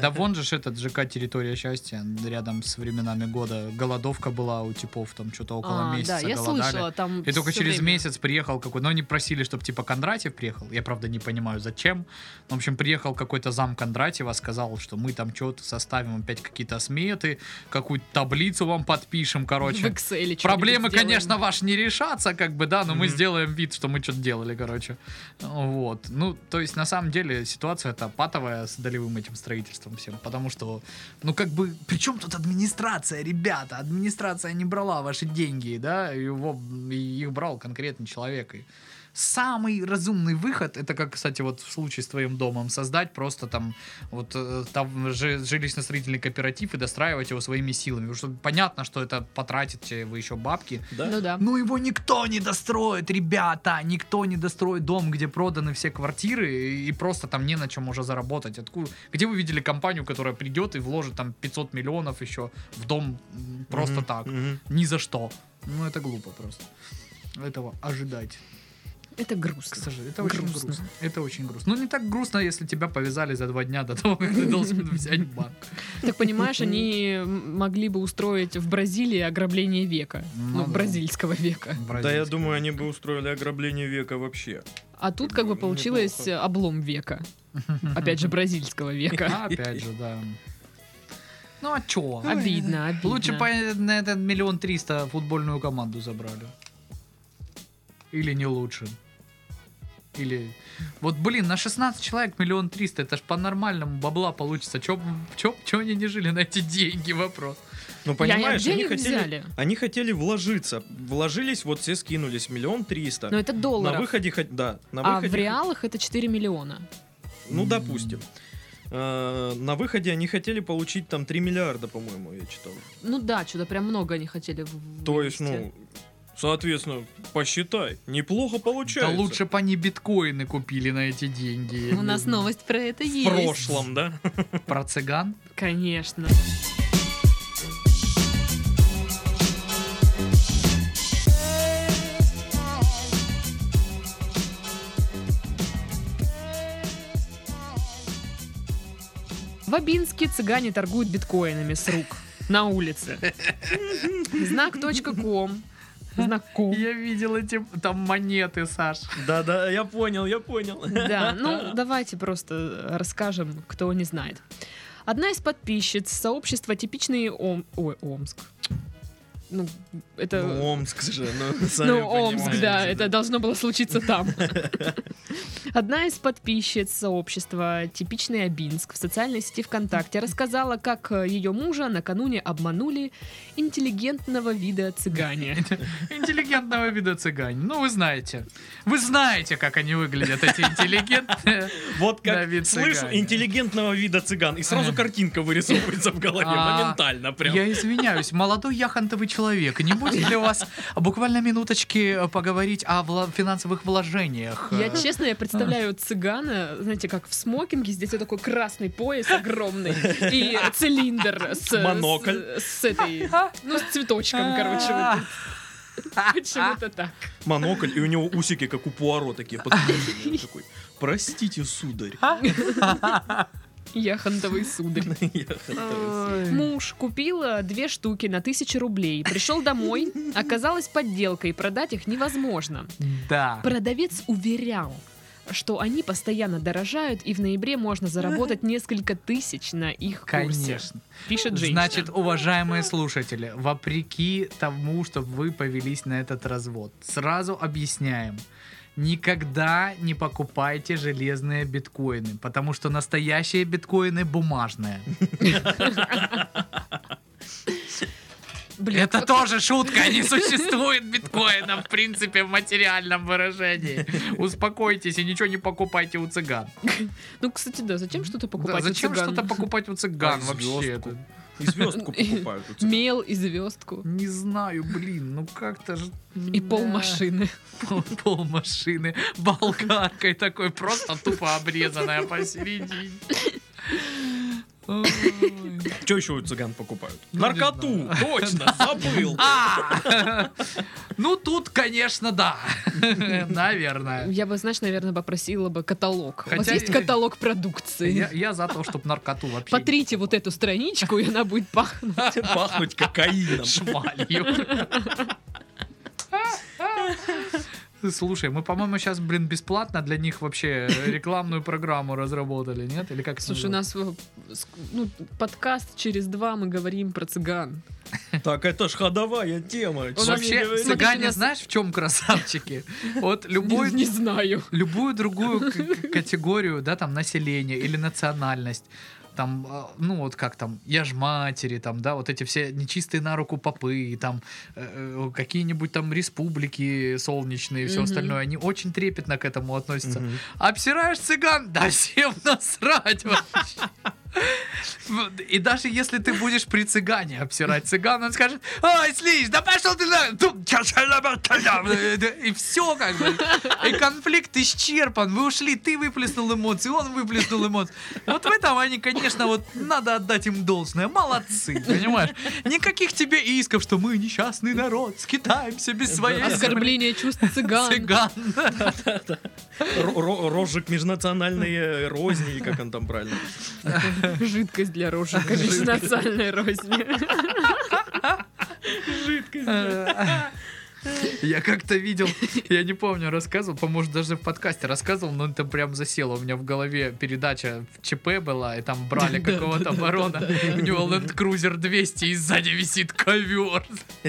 [SPEAKER 1] Да вон же ж этот ЖК «Территория счастья» рядом с временами года. Голодовка была у типов, там что-то около
[SPEAKER 3] А,
[SPEAKER 1] месяца
[SPEAKER 3] да, я
[SPEAKER 1] голодали.
[SPEAKER 3] слышала там.
[SPEAKER 1] И только
[SPEAKER 3] всё
[SPEAKER 1] через
[SPEAKER 3] время.
[SPEAKER 1] месяц приехал какой-то... Но они просили, чтобы типа Кондратьев приехал. Я, правда, не понимаю, зачем. В общем, приехал какой-то зам Кондратьева, сказал, что мы там что-то составим, опять какие-то сметы, какую-то таблицу вам подпишем,
[SPEAKER 3] В
[SPEAKER 1] короче.
[SPEAKER 3] Excel.
[SPEAKER 1] Проблемы, конечно, ваши не решатся, как бы, да, но мы
[SPEAKER 2] Мгм.
[SPEAKER 1] сделаем вид, что мы что-то делали, короче. Вот. Ну, то есть, на самом деле, ситуация это патовая с долевым этим строительством всем, потому что, ну, как бы, причем тут администрация, ребята? Администрация не брала ваши деньги, да, его, и их брал конкретный человек, и самый разумный выход, это как, кстати, вот в случае с твоим домом, создать просто там, вот э, там жи- жилищно-строительный кооператив и достраивать его своими силами. Потому что понятно, что это потратите вы еще бабки,
[SPEAKER 2] Да?
[SPEAKER 3] Ну да.
[SPEAKER 1] ну его никто не достроит, ребята, никто не достроит дом, где проданы все квартиры и, и просто там не на чем уже заработать. Откуда? Где вы видели компанию, которая придет и вложит там 500 миллионов еще в дом м, просто
[SPEAKER 2] Мгм,
[SPEAKER 1] так,
[SPEAKER 2] мгм.
[SPEAKER 1] ни за что? Ну это глупо просто. Этого ожидать.
[SPEAKER 3] Это
[SPEAKER 1] К
[SPEAKER 3] грустно.
[SPEAKER 1] сожалению, это очень
[SPEAKER 3] Грустно.
[SPEAKER 1] грустно. Это очень грустно. Ну не так грустно, если тебя повязали за два дня до того, как ты
[SPEAKER 2] [LAUGHS]
[SPEAKER 1] должен взять банк.
[SPEAKER 3] Так понимаешь, они м, могли бы устроить в Бразилии ограбление века.
[SPEAKER 1] Ну
[SPEAKER 3] Ну,
[SPEAKER 1] да.
[SPEAKER 3] бразильского века.
[SPEAKER 2] Да, я думаю, они бы устроили ограбление века вообще.
[SPEAKER 3] А тут как бы
[SPEAKER 2] Неплохо.
[SPEAKER 3] получилось э, облом века. Опять же, бразильского
[SPEAKER 2] [LAUGHS]
[SPEAKER 3] века.
[SPEAKER 1] А, Опять же, да. Ну а чё?
[SPEAKER 3] Обидно, обидно.
[SPEAKER 1] Лучше по, на этот миллион триста футбольную команду забрали. Или не лучше. Или... Вот, блин, на 16 человек миллион триста, это ж по-нормальному бабла получится. Чё, чё, чё они не жили на эти деньги, вопрос.
[SPEAKER 2] Ну,
[SPEAKER 3] Я- я
[SPEAKER 2] понимаешь,
[SPEAKER 3] где
[SPEAKER 2] они
[SPEAKER 3] их
[SPEAKER 2] хотели,
[SPEAKER 3] взяли?
[SPEAKER 2] они хотели вложиться. Вложились, вот все скинулись, миллион триста.
[SPEAKER 3] Но это
[SPEAKER 2] На
[SPEAKER 3] Ну, долларов.
[SPEAKER 2] выходе, хот- да, на
[SPEAKER 3] А
[SPEAKER 2] выходе
[SPEAKER 3] в реалах это 4 миллиона.
[SPEAKER 2] Ну, допустим. Э, На выходе они хотели получить там 3 миллиарда, по-моему, я читал.
[SPEAKER 3] Ну да, что-то прям много они хотели. в-
[SPEAKER 2] То есть,
[SPEAKER 3] вывести.
[SPEAKER 2] ну, соответственно, посчитай, неплохо получается.
[SPEAKER 1] Да лучше бы они биткоины купили на эти деньги.
[SPEAKER 3] У нас новость про это
[SPEAKER 2] в
[SPEAKER 3] есть.
[SPEAKER 2] прошлом, да? [LAUGHS]
[SPEAKER 1] Про цыган?
[SPEAKER 3] Конечно. В Абинске цыгане торгуют биткоинами с рук на улице. Знак .ком. Знак ком.
[SPEAKER 1] Я видел эти там монеты, Саш.
[SPEAKER 2] Да-да, я понял, я понял.
[SPEAKER 3] Да,
[SPEAKER 2] [LAUGHS]
[SPEAKER 3] ну давайте просто расскажем, кто не знает. Одна из подписчиц сообщества типичный Ом... Ой, Омск. Ну,
[SPEAKER 1] Э,
[SPEAKER 3] это...
[SPEAKER 2] Ну, Омск же, ну, [LAUGHS] сами
[SPEAKER 3] Ну, Омск, да,
[SPEAKER 2] понимаете,
[SPEAKER 3] это должно было
[SPEAKER 2] [LAUGHS]
[SPEAKER 3] случиться там. Одна из подписчиц сообщества «Типичный Абинск» в социальной сети ВКонтакте рассказала, как ее мужа накануне обманули интеллигентного вида цыгане.
[SPEAKER 1] Интеллигентного вида цыгане. Ну, вы знаете. Вы знаете, как они выглядят,
[SPEAKER 3] [LAUGHS]
[SPEAKER 1] эти интеллигентные.
[SPEAKER 2] Вот как
[SPEAKER 1] Давид
[SPEAKER 2] слышу
[SPEAKER 1] Цыгане.
[SPEAKER 2] интеллигентного вида цыган, и сразу
[SPEAKER 1] Ага.
[SPEAKER 2] картинка вырисовывается в голове,
[SPEAKER 1] А,
[SPEAKER 2] моментально прям.
[SPEAKER 1] Я извиняюсь, молодой яхонтовый человек, не будет ли у вас буквально минуточки э, поговорить о вла- финансовых вложениях?
[SPEAKER 3] Я
[SPEAKER 1] Э,
[SPEAKER 3] честно, я представляю цыгана, знаете, как в смокинге, здесь вот такой красный пояс огромный
[SPEAKER 1] [LAUGHS]
[SPEAKER 3] и цилиндр с...
[SPEAKER 2] Монокль.
[SPEAKER 3] С, с этой... Ну, с цветочком, короче,
[SPEAKER 1] [LAUGHS]
[SPEAKER 3] вот тут. Почему-то так.
[SPEAKER 2] Монокль, и у него усики, как у Пуаро, такие подкрашенные. Он такой, простите, сударь. [LAUGHS]
[SPEAKER 3] Яхонтовый сударь.
[SPEAKER 2] Я хантаюсь.
[SPEAKER 1] [LAUGHS] Ой.
[SPEAKER 3] Муж купила две штуки на тысячу рублей. Пришел домой, оказалось подделкой, продать их невозможно.
[SPEAKER 1] Да.
[SPEAKER 3] Продавец уверял, что они постоянно дорожают, и в ноябре можно
[SPEAKER 1] [LAUGHS]
[SPEAKER 3] заработать несколько тысяч на их курсе.
[SPEAKER 1] Конечно.
[SPEAKER 3] Пишет женщина.
[SPEAKER 1] Значит, уважаемые слушатели, вопреки тому, чтобы вы повелись на этот развод, сразу объясняем. Никогда не покупайте железные биткоины, потому что настоящие биткоины бумажные.
[SPEAKER 3] Блин,
[SPEAKER 1] Это тоже шутка, не существует биткоина, в принципе, в материальном выражении. Успокойтесь и ничего не покупайте у цыган.
[SPEAKER 3] Ну, кстати, да, зачем что-то покупать?
[SPEAKER 1] Да,
[SPEAKER 3] у
[SPEAKER 1] зачем
[SPEAKER 3] цыган?
[SPEAKER 1] что-то покупать у цыган
[SPEAKER 2] А
[SPEAKER 1] вообще?
[SPEAKER 2] звездку?
[SPEAKER 1] Это-
[SPEAKER 2] И
[SPEAKER 1] [LAUGHS]
[SPEAKER 2] звездку покупают. у цыган.
[SPEAKER 3] Мел и звездку.
[SPEAKER 1] Не знаю, блин, ну как-то же...
[SPEAKER 3] И
[SPEAKER 1] да. [LAUGHS]
[SPEAKER 3] пол машины.
[SPEAKER 1] Пол, пол машины болгаркой такой, просто тупо обрезанная посередине. Ой.
[SPEAKER 2] Что еще у цыган покупают?
[SPEAKER 1] Ну, не
[SPEAKER 2] Наркоту!
[SPEAKER 1] [LAUGHS]
[SPEAKER 2] Точно, забыл!
[SPEAKER 1] А! Ну тут, конечно, да. Наверное.
[SPEAKER 3] Я бы, знаешь, наверное, попросила бы каталог. У вас
[SPEAKER 1] Хотя-
[SPEAKER 3] есть каталог продукции.
[SPEAKER 1] Я, я за то, чтобы наркоту вообще
[SPEAKER 3] Потрите вот эту страничку, и она будет пахнуть.
[SPEAKER 1] [LAUGHS]
[SPEAKER 2] Пахнуть кокаином.
[SPEAKER 1] швалью. Слушай, мы, по-моему, сейчас, блин, бесплатно для них вообще рекламную программу разработали, нет? Или как? это
[SPEAKER 3] Слушай, у
[SPEAKER 1] называется?
[SPEAKER 3] нас э, ск- ну, подкаст через два, мы говорим про цыган.
[SPEAKER 2] Так это ж ходовая тема. чё
[SPEAKER 3] нас
[SPEAKER 2] не
[SPEAKER 1] Вообще,
[SPEAKER 2] говори.
[SPEAKER 3] смотри, у
[SPEAKER 1] цыгане,
[SPEAKER 3] нас-
[SPEAKER 1] знаешь, в чем красавчики? Вот
[SPEAKER 3] Не,
[SPEAKER 1] любой
[SPEAKER 3] не знаю.
[SPEAKER 1] любую другую к- к- категорию, да, там, населения или национальность. там, э, ну вот как там, я ж матери, там, да, вот эти все нечистые на руку попы, и там э, э, какие-нибудь там республики солнечные и все
[SPEAKER 3] Мгм.
[SPEAKER 1] остальное, они очень трепетно к этому относятся.
[SPEAKER 2] Мгм.
[SPEAKER 1] Обсираешь цыган? Да всем насрать вообще. Вот, И даже если ты будешь при цыгане обсирать цыган, он скажет, ой, слизь, да пошел ты на... Тут чё, чё, да, ба, та, да». э, И все как бы. И конфликт исчерпан. Вы ушли, ты выплеснул эмоции, он выплеснул эмоции. Вот в этом они, конечно, вот надо отдать им должное. Молодцы, понимаешь? Никаких тебе исков, что мы несчастный народ, скитаемся без своей земли.
[SPEAKER 3] Оскорбление чувств цыган.
[SPEAKER 1] Цыган.
[SPEAKER 2] Ро- ро- Розжиг межнациональные розни, или как он там правильно.
[SPEAKER 3] Жидкость
[SPEAKER 1] [LAUGHS]
[SPEAKER 3] для рожи. Межнациональной розни. Жидкость.
[SPEAKER 1] Я как-то видел, я не помню, рассказывал, по-моему, даже в подкасте рассказывал, но это прям засело. У меня в голове передача в ЧП была, и там брали какого-то барона. У него Land Cruiser 200, и сзади висит ковер. [LAUGHS]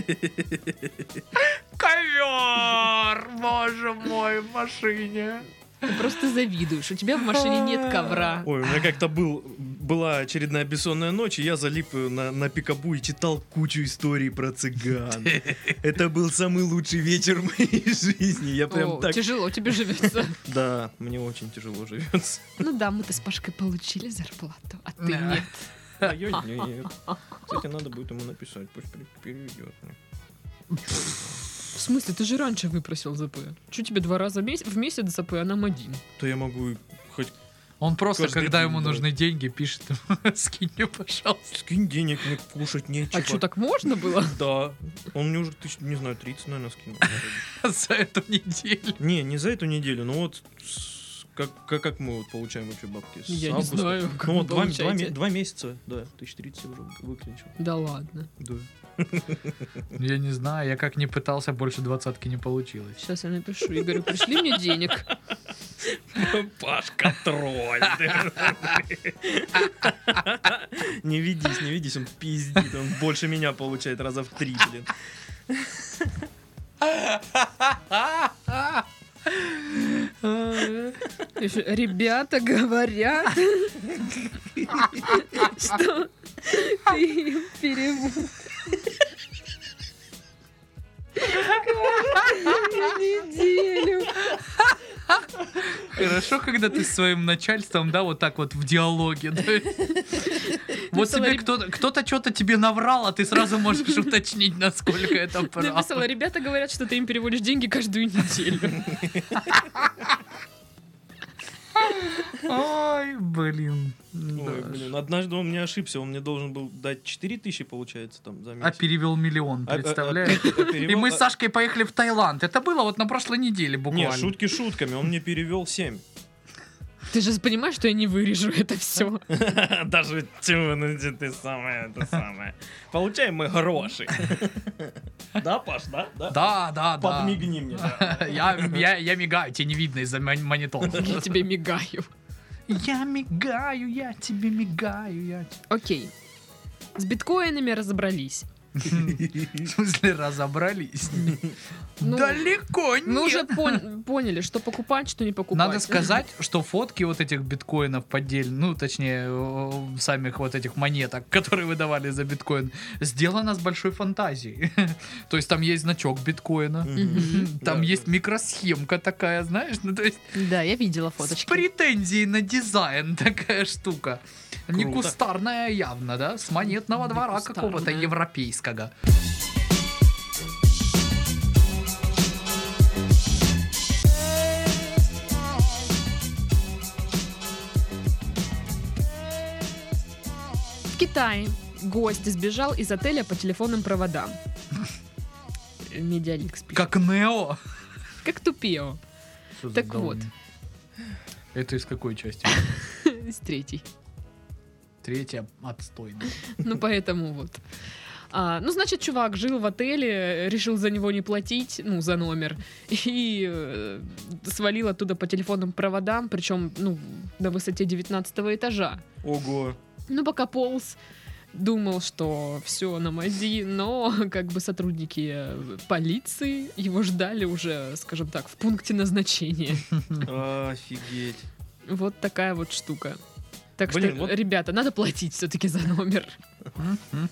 [SPEAKER 1] Ковер! Боже мой, в машине.
[SPEAKER 3] Ты просто завидуешь. У тебя в машине нет ковра.
[SPEAKER 2] Ой, у меня как-то был, была очередная бессонная ночь, и я залип э, на, на пикабу и читал кучу историй про [LAUGHS] цыган. Это был самый лучший вечер моей жизни. Я прям
[SPEAKER 3] О,
[SPEAKER 2] так...
[SPEAKER 3] Тяжело тебе живется.
[SPEAKER 2] Да, мне очень тяжело живется.
[SPEAKER 3] Ну да, мы-то с Пашкой получили зарплату, а ты
[SPEAKER 1] Да.
[SPEAKER 3] нет.
[SPEAKER 2] А я [LAUGHS] нет. Кстати, надо будет ему написать, пусть пер- переведет мне.
[SPEAKER 3] В смысле, ты же раньше выпросил ЗП. Че тебе два раза в месяц, в месяц ЗП, а нам один?
[SPEAKER 2] То я могу и хоть
[SPEAKER 1] Он просто,
[SPEAKER 2] Каждый
[SPEAKER 1] когда
[SPEAKER 2] день,
[SPEAKER 1] ему
[SPEAKER 2] да.
[SPEAKER 1] нужны деньги, пишет ему, [LAUGHS] скинь мне, пожалуйста.
[SPEAKER 2] скинь денег, мне кушать нечего.
[SPEAKER 3] А что, так можно было? [LAUGHS]
[SPEAKER 2] Да. Он мне уже, тысяч, не знаю, 30, наверное, [LAUGHS] скинул.
[SPEAKER 1] За эту неделю.
[SPEAKER 2] Не, не за эту неделю, но вот с- как, как, как мы вот получаем вообще бабки? С
[SPEAKER 3] Я не
[SPEAKER 2] августа.
[SPEAKER 3] знаю, как
[SPEAKER 2] Ну
[SPEAKER 3] вы
[SPEAKER 2] вот два, два,
[SPEAKER 3] получаете.
[SPEAKER 2] ме- два месяца, да, 1030 я уже выключил.
[SPEAKER 3] Да ладно. [LAUGHS]
[SPEAKER 2] Да.
[SPEAKER 1] Я не знаю, я как не пытался, больше двадцатки не получилось.
[SPEAKER 3] Сейчас я напишу и говорю, пришли мне денег.
[SPEAKER 2] Пашка тролль. [LAUGHS] Не ведись, не ведись, он пиздит, он больше меня получает раза в три, блин.
[SPEAKER 3] [LAUGHS] [LAUGHS]
[SPEAKER 2] А,
[SPEAKER 3] Ещё, Ребята говорят, [LAUGHS] что ты им перевод. Каждую неделю.
[SPEAKER 1] Хорошо, когда ты с своим начальством, да, вот так вот в диалоге. да. Вот
[SPEAKER 3] Написала
[SPEAKER 1] тебе
[SPEAKER 3] реб-
[SPEAKER 1] кто-то, кто-то что-то тебе наврал, а ты сразу можешь уточнить, насколько это
[SPEAKER 3] Написала,
[SPEAKER 1] правда.
[SPEAKER 3] ребята говорят, что ты им переводишь деньги каждую неделю.
[SPEAKER 1] Ой, блин.
[SPEAKER 2] Ой,
[SPEAKER 1] Да.
[SPEAKER 2] блин, однажды он мне ошибся, он мне должен был дать 4000, получается, там, за
[SPEAKER 1] А
[SPEAKER 2] месяц.
[SPEAKER 1] перевел миллион,
[SPEAKER 2] А- а- а-
[SPEAKER 1] представляешь?
[SPEAKER 2] [LAUGHS] а перевел-
[SPEAKER 1] И мы с
[SPEAKER 2] а-
[SPEAKER 1] Сашкой поехали в Таиланд. Это было вот на прошлой неделе
[SPEAKER 2] Не,
[SPEAKER 1] буквально.
[SPEAKER 2] шутки шутками, он мне перевел 7.
[SPEAKER 3] Ты же понимаешь, что я не вырежу это все.
[SPEAKER 2] [LAUGHS] Даже тюнити ты самое, это самое. Получаем мы гроши. [LAUGHS] Да, Паш, да?
[SPEAKER 1] Да, да, да.
[SPEAKER 2] Подмигни мне. да.
[SPEAKER 1] [LAUGHS] Я, я, я мигаю, тебе не видно из-за мон-
[SPEAKER 2] [LAUGHS]
[SPEAKER 1] монитора.
[SPEAKER 3] Я тебе мигаю.
[SPEAKER 1] Я мигаю, я тебе мигаю, я тебе-
[SPEAKER 3] Окей. С биткоинами разобрались.
[SPEAKER 1] В смысле, разобрались?
[SPEAKER 3] [LAUGHS] Ну,
[SPEAKER 1] Далеко
[SPEAKER 3] Мы
[SPEAKER 1] нет.
[SPEAKER 3] уже пон- поняли, что покупать, что не покупать.
[SPEAKER 1] Надо сказать, что фотки вот этих биткоинов поддельных, ну, точнее, э, самих вот этих монеток, [LAUGHS] которые выдавали за биткоин, сделано с большой фантазией. [LAUGHS] То есть там есть значок биткоина,
[SPEAKER 2] Мгм.
[SPEAKER 1] [LAUGHS] там
[SPEAKER 2] Да,
[SPEAKER 1] есть
[SPEAKER 2] да.
[SPEAKER 1] микросхемка такая, знаешь, ну, то есть
[SPEAKER 3] [LAUGHS] Да, я видела
[SPEAKER 1] с претензией на дизайн [LAUGHS] такая штука. Не
[SPEAKER 2] Круто.
[SPEAKER 1] кустарная явно, да? С монетного двора
[SPEAKER 3] Некустарная.
[SPEAKER 1] какого-то европейского.
[SPEAKER 3] В Китае гость сбежал из отеля по
[SPEAKER 1] [LAUGHS]
[SPEAKER 3] телефонным проводам. Медиаликс пишет.
[SPEAKER 1] Как Нео.
[SPEAKER 3] Как тупео.
[SPEAKER 1] Что за
[SPEAKER 3] Так вот.
[SPEAKER 1] говно? Это из какой части?
[SPEAKER 3] С третьей.
[SPEAKER 1] Третья отстойная.
[SPEAKER 3] Ну, поэтому вот. А, ну, значит, чувак жил в отеле, решил за него не платить, ну, за номер, [LAUGHS] и э, свалил оттуда по телефонным проводам, причем, ну, на высоте 19 этажа.
[SPEAKER 2] Ого.
[SPEAKER 3] Ну, пока полз, думал, что все на мази, но [LAUGHS] как бы сотрудники э, полиции его ждали уже, скажем так, в пункте назначения. [LAUGHS]
[SPEAKER 2] Офигеть.
[SPEAKER 3] Вот такая вот штука. Так
[SPEAKER 2] Блин,
[SPEAKER 3] что,
[SPEAKER 2] вот-
[SPEAKER 3] ребята, надо платить все-таки за номер.
[SPEAKER 1] М?
[SPEAKER 2] Ну,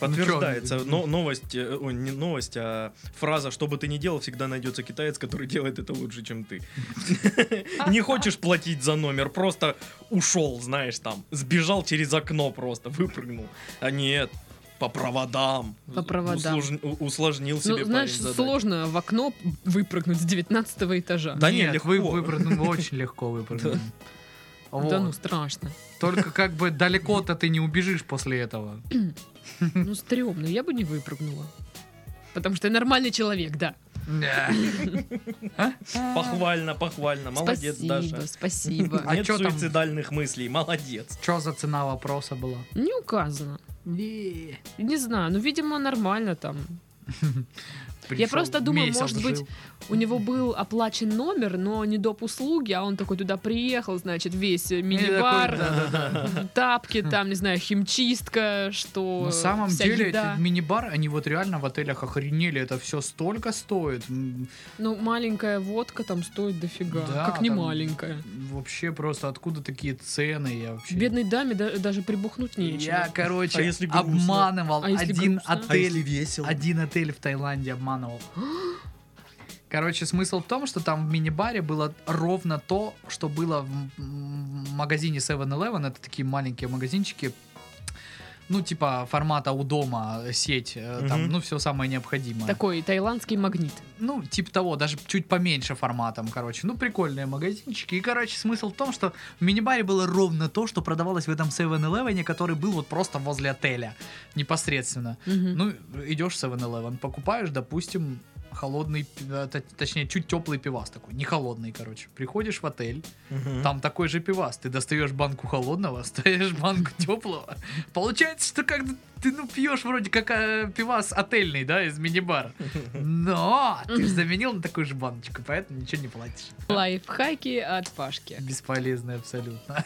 [SPEAKER 2] Подтверждается
[SPEAKER 1] чё?
[SPEAKER 2] но- новость, э, ой, не новость, а фраза «Что бы ты ни делал, всегда найдется китаец, который делает это лучше, чем ты». [LAUGHS] Не хочешь платить за номер, просто ушел, знаешь, там, сбежал через окно просто, выпрыгнул. А нет, по проводам.
[SPEAKER 3] По проводам.
[SPEAKER 2] Услужн- у- Усложнил
[SPEAKER 3] Ну,
[SPEAKER 2] себе
[SPEAKER 3] знаешь,
[SPEAKER 2] парень задачу.
[SPEAKER 3] сложно в окно выпрыгнуть с 19 этажа.
[SPEAKER 2] Да не,
[SPEAKER 1] Нет,
[SPEAKER 2] легко.
[SPEAKER 1] вы выпрыгнул, очень легко выпрыгнул.
[SPEAKER 3] Да ну,
[SPEAKER 1] Вот.
[SPEAKER 3] страшно.
[SPEAKER 1] Только как бы далеко-то ты не убежишь после этого. Хм.
[SPEAKER 3] Ну, стрёмно, я бы не выпрыгнула. Потому что я нормальный человек, да.
[SPEAKER 1] Да.
[SPEAKER 2] Похвально, похвально, молодец,
[SPEAKER 3] спасибо,
[SPEAKER 2] Даша.
[SPEAKER 3] спасибо.
[SPEAKER 2] [LAUGHS]
[SPEAKER 1] А
[SPEAKER 2] Нет
[SPEAKER 1] чё там?
[SPEAKER 2] суицидальных мыслей, молодец.
[SPEAKER 1] Чё за цена вопроса была?
[SPEAKER 3] Не указано. Не знаю, ну, видимо, нормально там.
[SPEAKER 1] Пришёл,
[SPEAKER 3] просто думаю,
[SPEAKER 1] месяц
[SPEAKER 3] может быть,
[SPEAKER 1] жил.
[SPEAKER 3] У него был оплачен номер, но не доп. услуги, а он такой туда приехал, значит, весь э,
[SPEAKER 1] такой,
[SPEAKER 3] мини-бар,
[SPEAKER 1] да-да-да.
[SPEAKER 3] [LAUGHS] тапки, там, не знаю, химчистка, что
[SPEAKER 1] Хм. На самом
[SPEAKER 3] э, вся
[SPEAKER 1] деле,
[SPEAKER 3] еда.
[SPEAKER 1] эти мини-бар, они вот реально в отелях охренели, это все столько стоит. М,
[SPEAKER 3] Ну, маленькая водка там стоит дофига,
[SPEAKER 1] Да,
[SPEAKER 3] как не
[SPEAKER 1] там-
[SPEAKER 3] маленькая.
[SPEAKER 1] Вообще просто откуда такие цены? Я вообще...
[SPEAKER 3] Бедной даме да- даже прибухнуть нечего.
[SPEAKER 1] Я, короче,
[SPEAKER 2] А если грустно?
[SPEAKER 1] обманывал
[SPEAKER 3] А если
[SPEAKER 1] один
[SPEAKER 3] грустно?
[SPEAKER 2] А если
[SPEAKER 1] отель.
[SPEAKER 2] весело?
[SPEAKER 1] Один отель в Таиланде обманывал. Короче, смысл в том, что там в мини-баре было ровно то, что было в м- м- магазине 7-Eleven. Это такие маленькие магазинчики, ну, типа формата у дома, э, сеть, э, там,
[SPEAKER 2] Мгм.
[SPEAKER 1] ну, все самое необходимое.
[SPEAKER 3] Такой тайландский магнит.
[SPEAKER 1] ну, типа того, даже чуть поменьше форматом, короче. Ну, прикольные магазинчики. И, короче, смысл в том, что в мини-баре было ровно то, что продавалось в этом 7-Eleven, который был вот просто возле отеля непосредственно.
[SPEAKER 3] Мгм.
[SPEAKER 1] Ну, идешь в 7-Eleven, покупаешь, допустим, холодный, пи- э, т- точнее, чуть теплый пивас такой, не холодный, короче. Приходишь в отель,
[SPEAKER 2] Мгм.
[SPEAKER 1] там такой же пивас, ты достаешь банку холодного, [LAUGHS] достаешь банку теплого. Получается, что как ты, ну, пьешь вроде как э, пивас отельный, да, из мини-бара. Но ты же заменил на такую же баночку, поэтому ничего не платишь.
[SPEAKER 3] Лайфхаки от Пашки.
[SPEAKER 1] Бесполезно абсолютно.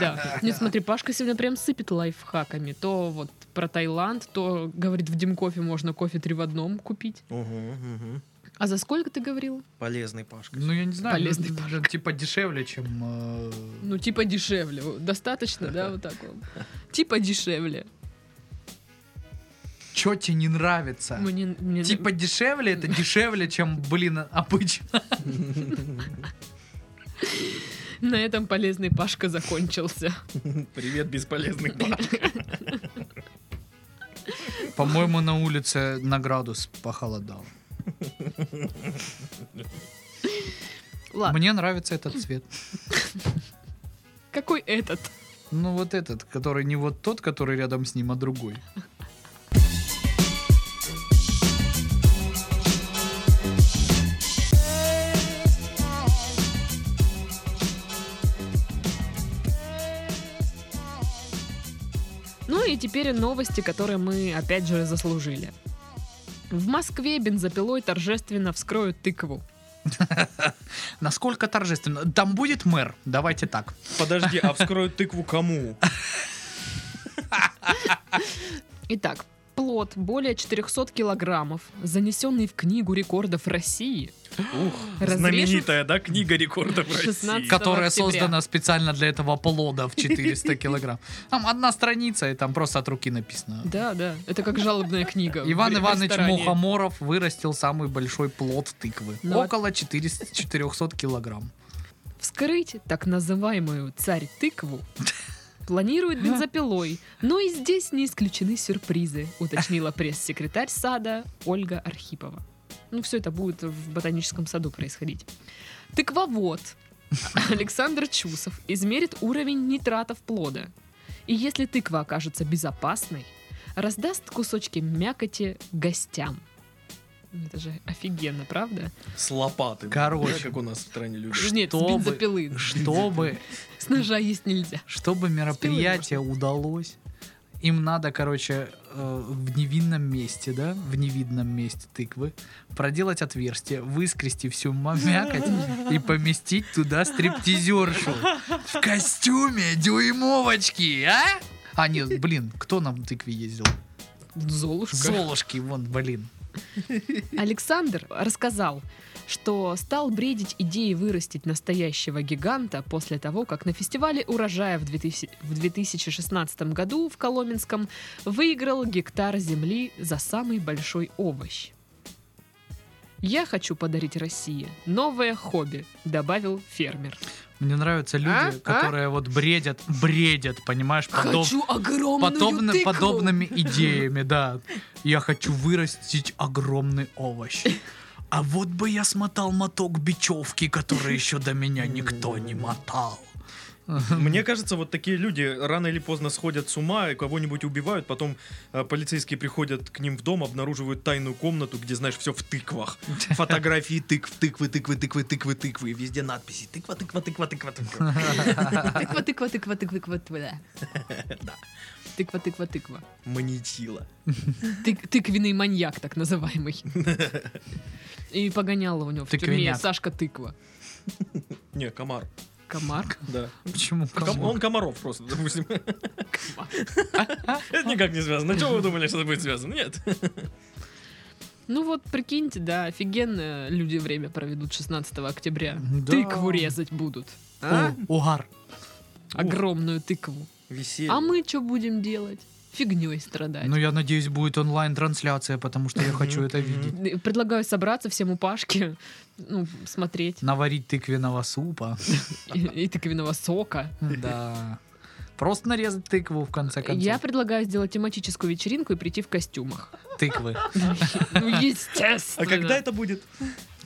[SPEAKER 3] Да. Нет, смотри, Пашка сегодня прям сыпет лайфхаками. То вот про Таиланд, то говорит, в Димкофе можно кофе три в одном купить.
[SPEAKER 2] Мгм, мгм.
[SPEAKER 3] А за сколько ты говорил?
[SPEAKER 2] Полезный Пашка.
[SPEAKER 1] Ну, я не знаю,
[SPEAKER 3] Полезный
[SPEAKER 1] ну,
[SPEAKER 3] пожар.
[SPEAKER 1] типа дешевле, чем... э,
[SPEAKER 3] Ну, типа дешевле. Достаточно, да, вот так [LAUGHS] вот. Типа дешевле.
[SPEAKER 1] Чё тебе не нравится?
[SPEAKER 3] Мне, мне-
[SPEAKER 1] Типа дешевле, это дешевле, чем, блин, обычно.
[SPEAKER 3] На этом полезный Пашка закончился.
[SPEAKER 2] Привет, бесполезный
[SPEAKER 3] [LAUGHS]
[SPEAKER 2] Пашка.
[SPEAKER 1] [LAUGHS] По-моему, на улице на градус похолодало.
[SPEAKER 3] Ладно,
[SPEAKER 1] Мне нравится этот цвет.
[SPEAKER 3] какой этот?
[SPEAKER 1] Ну, вот этот, который не вот тот, который рядом с ним, а другой.
[SPEAKER 3] Ну и теперь новости, которые мы опять же заслужили. В Москве бензопилой торжественно вскроют тыкву.
[SPEAKER 1] Насколько торжественно. Там будет мэр, давайте так.
[SPEAKER 2] Подожди, а вскроют тыкву кому?
[SPEAKER 3] Итак, плод более 400 килограммов, занесенный в книгу рекордов России, Разрежут-
[SPEAKER 2] Знаменитая, да, книга рекордов России.
[SPEAKER 3] 16.
[SPEAKER 1] Которая
[SPEAKER 3] октября.
[SPEAKER 1] создана специально для этого плода в [LAUGHS] 400 килограмм. Там одна страница, и там просто от руки написано.
[SPEAKER 3] Да, да, это как жалобная книга. в
[SPEAKER 1] Иван
[SPEAKER 3] ре-
[SPEAKER 1] Иванович
[SPEAKER 3] ресторане.
[SPEAKER 1] Мухоморов вырастил самый большой плод тыквы.
[SPEAKER 3] Ну, а-
[SPEAKER 1] Около 400 400 килограмм.
[SPEAKER 3] Вскрыть так называемую царь-тыкву планирует бензопилой, но и здесь не исключены сюрпризы, уточнила пресс-секретарь сада Ольга Архипова. Ну, все это будет в ботаническом саду происходить. Тыквовод Александр Чусов измерит уровень нитратов плода. И если тыква окажется безопасной, раздаст кусочки мякоти гостям. Ну, Это же офигенно, правда?
[SPEAKER 2] С лопаты.
[SPEAKER 1] Короче.
[SPEAKER 2] Да, Как у нас в стране любят.
[SPEAKER 3] Нет, с
[SPEAKER 1] Чтобы-
[SPEAKER 3] бензопилы.
[SPEAKER 1] Чтобы,
[SPEAKER 3] С ножа есть нельзя.
[SPEAKER 1] чтобы мероприятие удалось, им надо, короче, э, в невинном месте, да, в невидном месте тыквы, проделать отверстие, выскрести всю ма- мякоть и поместить туда стриптизершу. В костюме дюймовочки, а? А нет, блин, кто нам в тыкве ездил?
[SPEAKER 3] Золушка. [LAUGHS]
[SPEAKER 1] Золушки, вон, блин.
[SPEAKER 3] Александр рассказал, что стал бредить идеей вырастить настоящего гиганта после того, как на фестивале урожая в, 2000 в 2016 году в Коломенском выиграл гектар земли за самый большой овощ. «Я хочу подарить России новое хобби», — добавил фермер.
[SPEAKER 1] Мне нравятся люди,
[SPEAKER 3] А? А?
[SPEAKER 1] которые вот бредят, бредят, понимаешь, подоб-
[SPEAKER 3] огромную
[SPEAKER 1] подобно- подобными идеями, да. Я хочу вырастить огромный овощ. А вот бы я смотал моток бечевки, который еще до меня никто не мотал.
[SPEAKER 2] Мне кажется, вот такие люди рано или поздно сходят с ума и кого-нибудь убивают, потом э, полицейские приходят к ним в дом, обнаруживают тайную комнату, где, знаешь, все в тыквах. Фотографии тыкв, тыквы, тыквы, тыквы, тыквы, тыквы, и везде надписи тыква, тыква, тыква, тыква, тыква.
[SPEAKER 3] Тыква, тыква, тыква, тыква,
[SPEAKER 1] [LAUGHS]
[SPEAKER 3] тыква, тыква.
[SPEAKER 2] Да.
[SPEAKER 3] Тыква, тыква, тыква.
[SPEAKER 2] Манитила.
[SPEAKER 3] Тык- тыквенный маньяк, так называемый. И погоняла у него в тюрьме
[SPEAKER 1] Тыквеняк.
[SPEAKER 3] Сашка Тыква.
[SPEAKER 2] Не, комар.
[SPEAKER 3] Комар?
[SPEAKER 2] Да.
[SPEAKER 1] Почему?
[SPEAKER 2] Ком- Он комаров просто, допустим.
[SPEAKER 3] Комар.
[SPEAKER 2] [LAUGHS] Это никак не связано. Чего вы думали, что это будет связано? Нет.
[SPEAKER 3] Ну вот, прикиньте, да, офигенно люди время проведут 16 октября.
[SPEAKER 1] Да.
[SPEAKER 3] Тыкву резать будут. а?
[SPEAKER 1] О, угар.
[SPEAKER 3] Огромную тыкву.
[SPEAKER 2] Веселье.
[SPEAKER 3] А мы что будем делать? Фигней страдать.
[SPEAKER 1] Ну, я надеюсь, будет онлайн-трансляция, потому что я хочу это
[SPEAKER 2] Мгм.
[SPEAKER 1] видеть.
[SPEAKER 3] Предлагаю собраться всем у Пашки, ну, смотреть.
[SPEAKER 1] Наварить тыквенного супа.
[SPEAKER 3] И, и тыквенного сока.
[SPEAKER 1] Да. Просто нарезать тыкву в конце
[SPEAKER 3] Я
[SPEAKER 1] концов.
[SPEAKER 3] предлагаю сделать тематическую вечеринку и прийти в костюмах.
[SPEAKER 1] Тыквы.
[SPEAKER 3] Ну,
[SPEAKER 2] А
[SPEAKER 3] естественно.
[SPEAKER 2] когда это будет?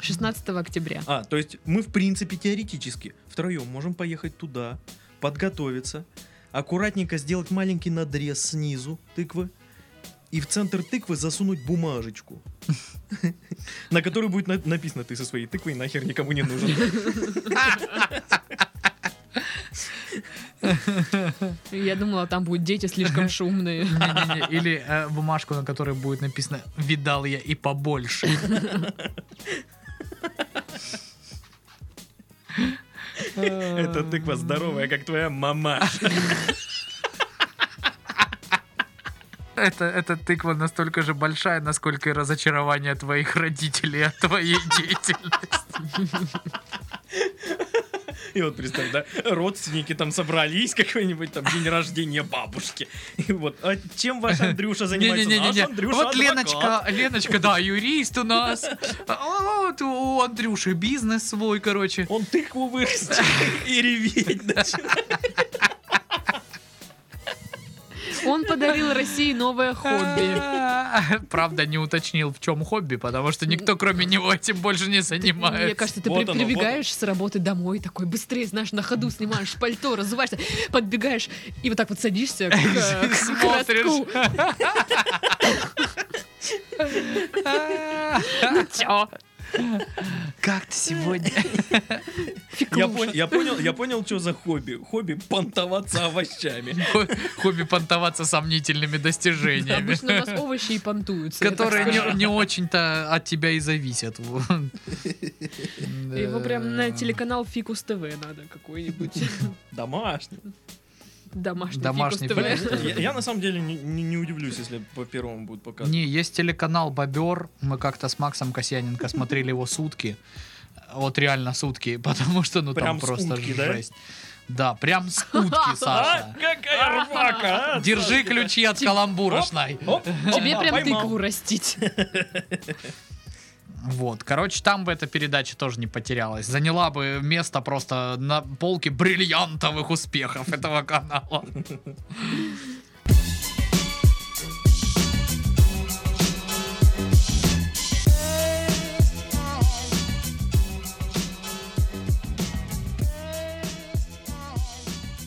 [SPEAKER 3] 16 октября.
[SPEAKER 2] А, то есть мы, в принципе, теоретически втроем можем поехать туда, подготовиться, аккуратненько сделать маленький надрез снизу тыквы и в центр тыквы засунуть бумажечку, [LAUGHS] на которой будет на- написано «Ты со своей тыквой нахер никому не нужен».
[SPEAKER 3] Я думала, там будут
[SPEAKER 2] [LAUGHS]
[SPEAKER 3] дети слишком шумные.
[SPEAKER 1] Не-не-не, Или э, бумажку, на которой будет написано «Видал я и побольше».
[SPEAKER 2] Эта тыква здоровая, как твоя мама.
[SPEAKER 1] Это, эта тыква настолько же большая, насколько и разочарование твоих родителей от твоей деятельности.
[SPEAKER 2] И вот представь, да, родственники там собрались, какой-нибудь там день рождения бабушки. И вот, а чем ваш Андрюша занимается?
[SPEAKER 1] Не-не-не-не.
[SPEAKER 2] Наш Андрюша
[SPEAKER 1] Вот
[SPEAKER 2] адвокат.
[SPEAKER 1] Леночка, Леночка, да, юрист у нас. А Вот у Андрюши бизнес свой, короче.
[SPEAKER 2] Он тыкву вырастет и реветь начинает.
[SPEAKER 3] Он подарил России новое хобби.
[SPEAKER 1] [LAUGHS] Правда, не уточнил, в чем хобби, потому что никто, кроме него, этим больше не занимается.
[SPEAKER 3] Мне
[SPEAKER 1] [LAUGHS]
[SPEAKER 3] кажется, ты
[SPEAKER 2] Вот
[SPEAKER 3] при-
[SPEAKER 2] оно, вот
[SPEAKER 3] прибегаешь с работы домой такой, быстрее, знаешь, на ходу снимаешь пальто, разуваешься, подбегаешь и вот так вот садишься к, э,
[SPEAKER 2] [LAUGHS]
[SPEAKER 3] к городку.
[SPEAKER 1] Смотришь.
[SPEAKER 3] Ну чё,
[SPEAKER 1] Как ты сегодня? [LAUGHS]
[SPEAKER 3] фиклуша.
[SPEAKER 2] Я, пон- я понял, я понял, что за хобби. Хобби понтоваться овощами.
[SPEAKER 1] Хобби понтоваться сомнительными достижениями.
[SPEAKER 3] Обычно у нас овощи и понтуются. я так
[SPEAKER 1] Которые
[SPEAKER 3] скажу.
[SPEAKER 1] не, не очень-то от тебя и зависят.
[SPEAKER 3] Его прям на телеканал Фикус ТВ надо
[SPEAKER 2] [LAUGHS]
[SPEAKER 3] какой-нибудь.
[SPEAKER 2] Домашний.
[SPEAKER 3] Домашний,
[SPEAKER 1] Домашний,
[SPEAKER 3] Фикус ТВ.
[SPEAKER 1] блин.
[SPEAKER 2] Я, я на самом деле не, не- не удивлюсь, если по первому будет показано.
[SPEAKER 1] Не, есть телеканал Бобер. Мы как-то с Максом
[SPEAKER 2] [LAUGHS]
[SPEAKER 1] Касьяненко смотрели его сутки. Вот реально сутки, [LAUGHS] потому что ну
[SPEAKER 2] Прям
[SPEAKER 1] там
[SPEAKER 2] с
[SPEAKER 1] просто
[SPEAKER 2] утки, да?
[SPEAKER 1] жесть. Да, прям с
[SPEAKER 2] [LAUGHS]
[SPEAKER 1] утки,
[SPEAKER 2] А,
[SPEAKER 1] Саша.
[SPEAKER 2] какая рвака, а?
[SPEAKER 1] Держи ключи от каламбура,
[SPEAKER 2] Оп.
[SPEAKER 1] Шнай.
[SPEAKER 2] [LAUGHS] Оп,
[SPEAKER 3] Тебе
[SPEAKER 2] опа,
[SPEAKER 3] прям
[SPEAKER 2] А, поймал.
[SPEAKER 3] тыкву растить.
[SPEAKER 1] Вот, короче, там бы эта передача тоже не потерялась. Заняла бы место просто на полке бриллиантовых успехов этого
[SPEAKER 2] [LAUGHS]
[SPEAKER 1] канала.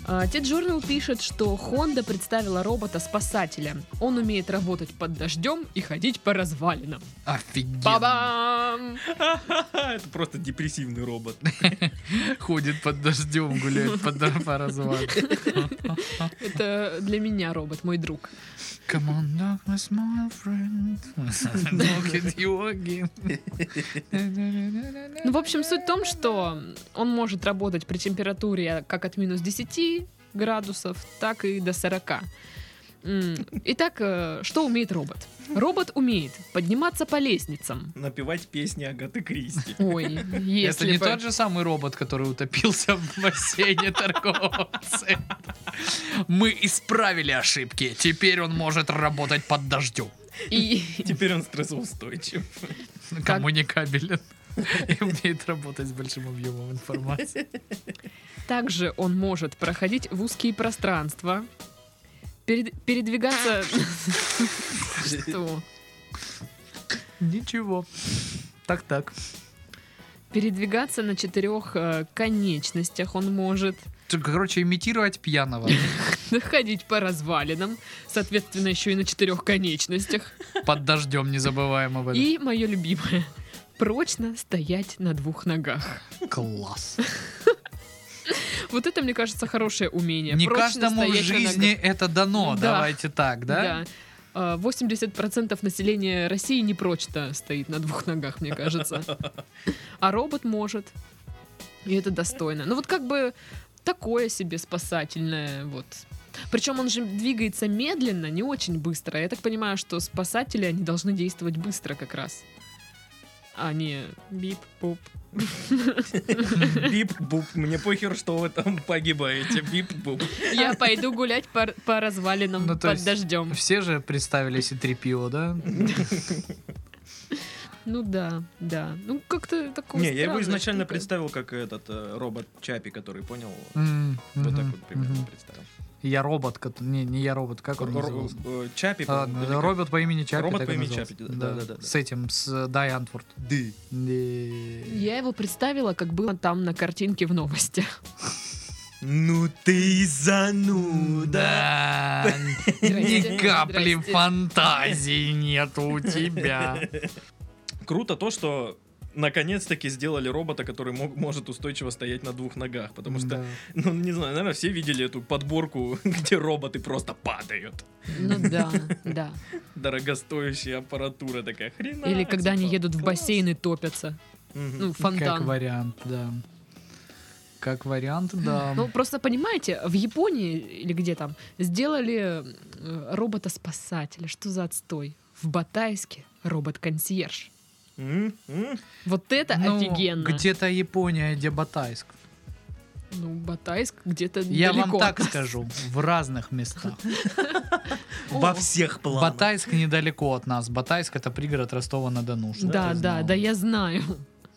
[SPEAKER 3] А, Тед Journal пишет, что Honda представила робота-спасателя. Он умеет работать под дождем и ходить по развалинам.
[SPEAKER 1] Офигенно.
[SPEAKER 3] Ба-бам!
[SPEAKER 2] А, Это просто депрессивный робот.
[SPEAKER 1] Ходит под дождем, гуляет под [LAUGHS] дор- по развалу.
[SPEAKER 3] Это для меня робот, мой друг.
[SPEAKER 1] Come on, darkness, my
[SPEAKER 3] [LAUGHS]
[SPEAKER 1] friend. Look at you again.
[SPEAKER 3] Ну, в общем, суть в том, что он может работать при температуре как от минус 10 градусов, так и до 40. М, Итак, э, что умеет робот? Робот умеет подниматься по лестницам.
[SPEAKER 2] Напевать песни Агаты Кристи.
[SPEAKER 3] Ой,
[SPEAKER 1] Это
[SPEAKER 3] если
[SPEAKER 1] не
[SPEAKER 3] бы-
[SPEAKER 1] тот же самый робот, который утопился в бассейне торгового центра. Мы исправили ошибки. Теперь он может работать под дождем.
[SPEAKER 3] И
[SPEAKER 2] Теперь он стрессоустойчив.
[SPEAKER 1] Коммуникабелен. И умеет работать с большим объемом информации.
[SPEAKER 3] также он может проходить в узкие пространства, перед-
[SPEAKER 1] [LAUGHS]
[SPEAKER 3] передвигаться... Что?
[SPEAKER 1] Ничего. Так-так.
[SPEAKER 3] Передвигаться на четырех э, конечностях он может,
[SPEAKER 1] Ты, Короче, имитировать пьяного.
[SPEAKER 3] ходить по развалинам, соответственно, еще и на четырех конечностях.
[SPEAKER 1] Под дождем не забываем об этом.
[SPEAKER 3] И мое любимое прочно стоять на двух ногах.
[SPEAKER 1] Класс.
[SPEAKER 3] Вот это, мне кажется, хорошее умение.
[SPEAKER 1] Не
[SPEAKER 3] Прочно
[SPEAKER 1] каждому в
[SPEAKER 3] стоять на
[SPEAKER 1] жизни
[SPEAKER 3] ногах.
[SPEAKER 1] это дано.
[SPEAKER 3] Ну Да.
[SPEAKER 1] Давайте так, да?
[SPEAKER 3] Да. А, 80% населения России не прочно стоит на двух ногах, мне кажется. А робот может. И это достойно. Ну вот как бы такое себе спасательное вот. Причем он же двигается медленно, не очень быстро. Я так понимаю, что спасатели, они должны действовать быстро как раз. А не бип-пуп.
[SPEAKER 2] Бип-буп. Мне похер, что вы там погибаете. Бип-буп.
[SPEAKER 3] Я пойду гулять по, по развалинам
[SPEAKER 1] Ну, то
[SPEAKER 3] под
[SPEAKER 1] есть-
[SPEAKER 3] дождем.
[SPEAKER 1] Все же представились и трепио, да?
[SPEAKER 3] Ну да, да. Ну как-то типа. такое
[SPEAKER 2] Не, я его
[SPEAKER 3] странная
[SPEAKER 2] изначально
[SPEAKER 3] штука.
[SPEAKER 2] представил как этот э, робот Чапи, который понял.
[SPEAKER 1] М,
[SPEAKER 2] Вот так
[SPEAKER 1] мгм,
[SPEAKER 2] вот примерно
[SPEAKER 1] мгм.
[SPEAKER 2] представил.
[SPEAKER 1] Я робот, кот- не, не я робот, как он
[SPEAKER 2] Ро-
[SPEAKER 1] назывался?
[SPEAKER 2] э, Чапи,
[SPEAKER 1] А,
[SPEAKER 2] по-моему,
[SPEAKER 1] ну,
[SPEAKER 2] или как?
[SPEAKER 1] робот по имени Чаппи.
[SPEAKER 2] Робот
[SPEAKER 1] так
[SPEAKER 2] по
[SPEAKER 1] и
[SPEAKER 2] имени
[SPEAKER 1] назывался.
[SPEAKER 2] Чаппи, да, да, да, да.
[SPEAKER 1] С этим, с э, Дай Антворд.
[SPEAKER 2] Ды.
[SPEAKER 1] Не.
[SPEAKER 3] Я его представила, как было там на картинке в новости.
[SPEAKER 1] [LAUGHS]
[SPEAKER 2] Ну ты и зануда.
[SPEAKER 1] Да,
[SPEAKER 3] Здрасте,
[SPEAKER 1] ни капли
[SPEAKER 3] здрасте.
[SPEAKER 1] фантазии нет у тебя.
[SPEAKER 2] Круто то, что наконец-таки сделали робота, который мог- может устойчиво стоять на двух ногах. Потому что,
[SPEAKER 1] Да.
[SPEAKER 2] ну, не знаю, наверное, все видели эту подборку, [LAUGHS] где роботы просто падают.
[SPEAKER 3] Ну да, да.
[SPEAKER 2] Дорогостоящая аппаратура такая хрена.
[SPEAKER 3] Или когда
[SPEAKER 2] типа,
[SPEAKER 3] они едут в бассейн и топятся. Ну, в
[SPEAKER 1] Как
[SPEAKER 3] фонтан.
[SPEAKER 1] вариант, да. Как вариант, да.
[SPEAKER 3] Ну, просто понимаете, в Японии или где там сделали э, робота-спасателя. Что за отстой? В Батайске робот-консьерж. Вот это
[SPEAKER 1] Ну,
[SPEAKER 3] офигенно.
[SPEAKER 1] Где-то Япония, где Батайск.
[SPEAKER 3] Ну, Батайск где-то
[SPEAKER 1] Я
[SPEAKER 3] далеко
[SPEAKER 1] вам
[SPEAKER 3] от
[SPEAKER 1] так
[SPEAKER 3] нас.
[SPEAKER 1] скажу, в разных местах.
[SPEAKER 2] Во всех планах.
[SPEAKER 1] Батайск недалеко от нас. Батайск это пригород Ростова-на-Дону. чтоб
[SPEAKER 3] Да,
[SPEAKER 1] ты
[SPEAKER 3] да,
[SPEAKER 1] знала.
[SPEAKER 3] да, я знаю.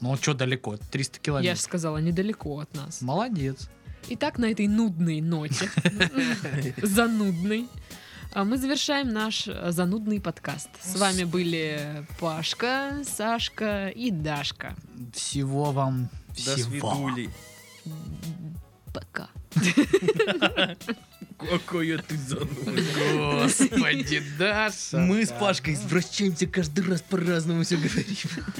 [SPEAKER 1] Ну что далеко? 300
[SPEAKER 3] Я же
[SPEAKER 1] километров.
[SPEAKER 3] сказала, недалеко от нас.
[SPEAKER 1] Молодец.
[SPEAKER 3] Итак, на этой нудной ноте, занудной, а мы завершаем наш э, занудный подкаст. С вами были Пашка, Сашка и Дашка.
[SPEAKER 1] Всего вам
[SPEAKER 2] До
[SPEAKER 1] всего.
[SPEAKER 2] свидули.
[SPEAKER 3] Пока.
[SPEAKER 2] Какое ты зануда.
[SPEAKER 1] Господи, Даша.
[SPEAKER 2] Мы с Пашкой извращаемся каждый раз по-разному все говорим.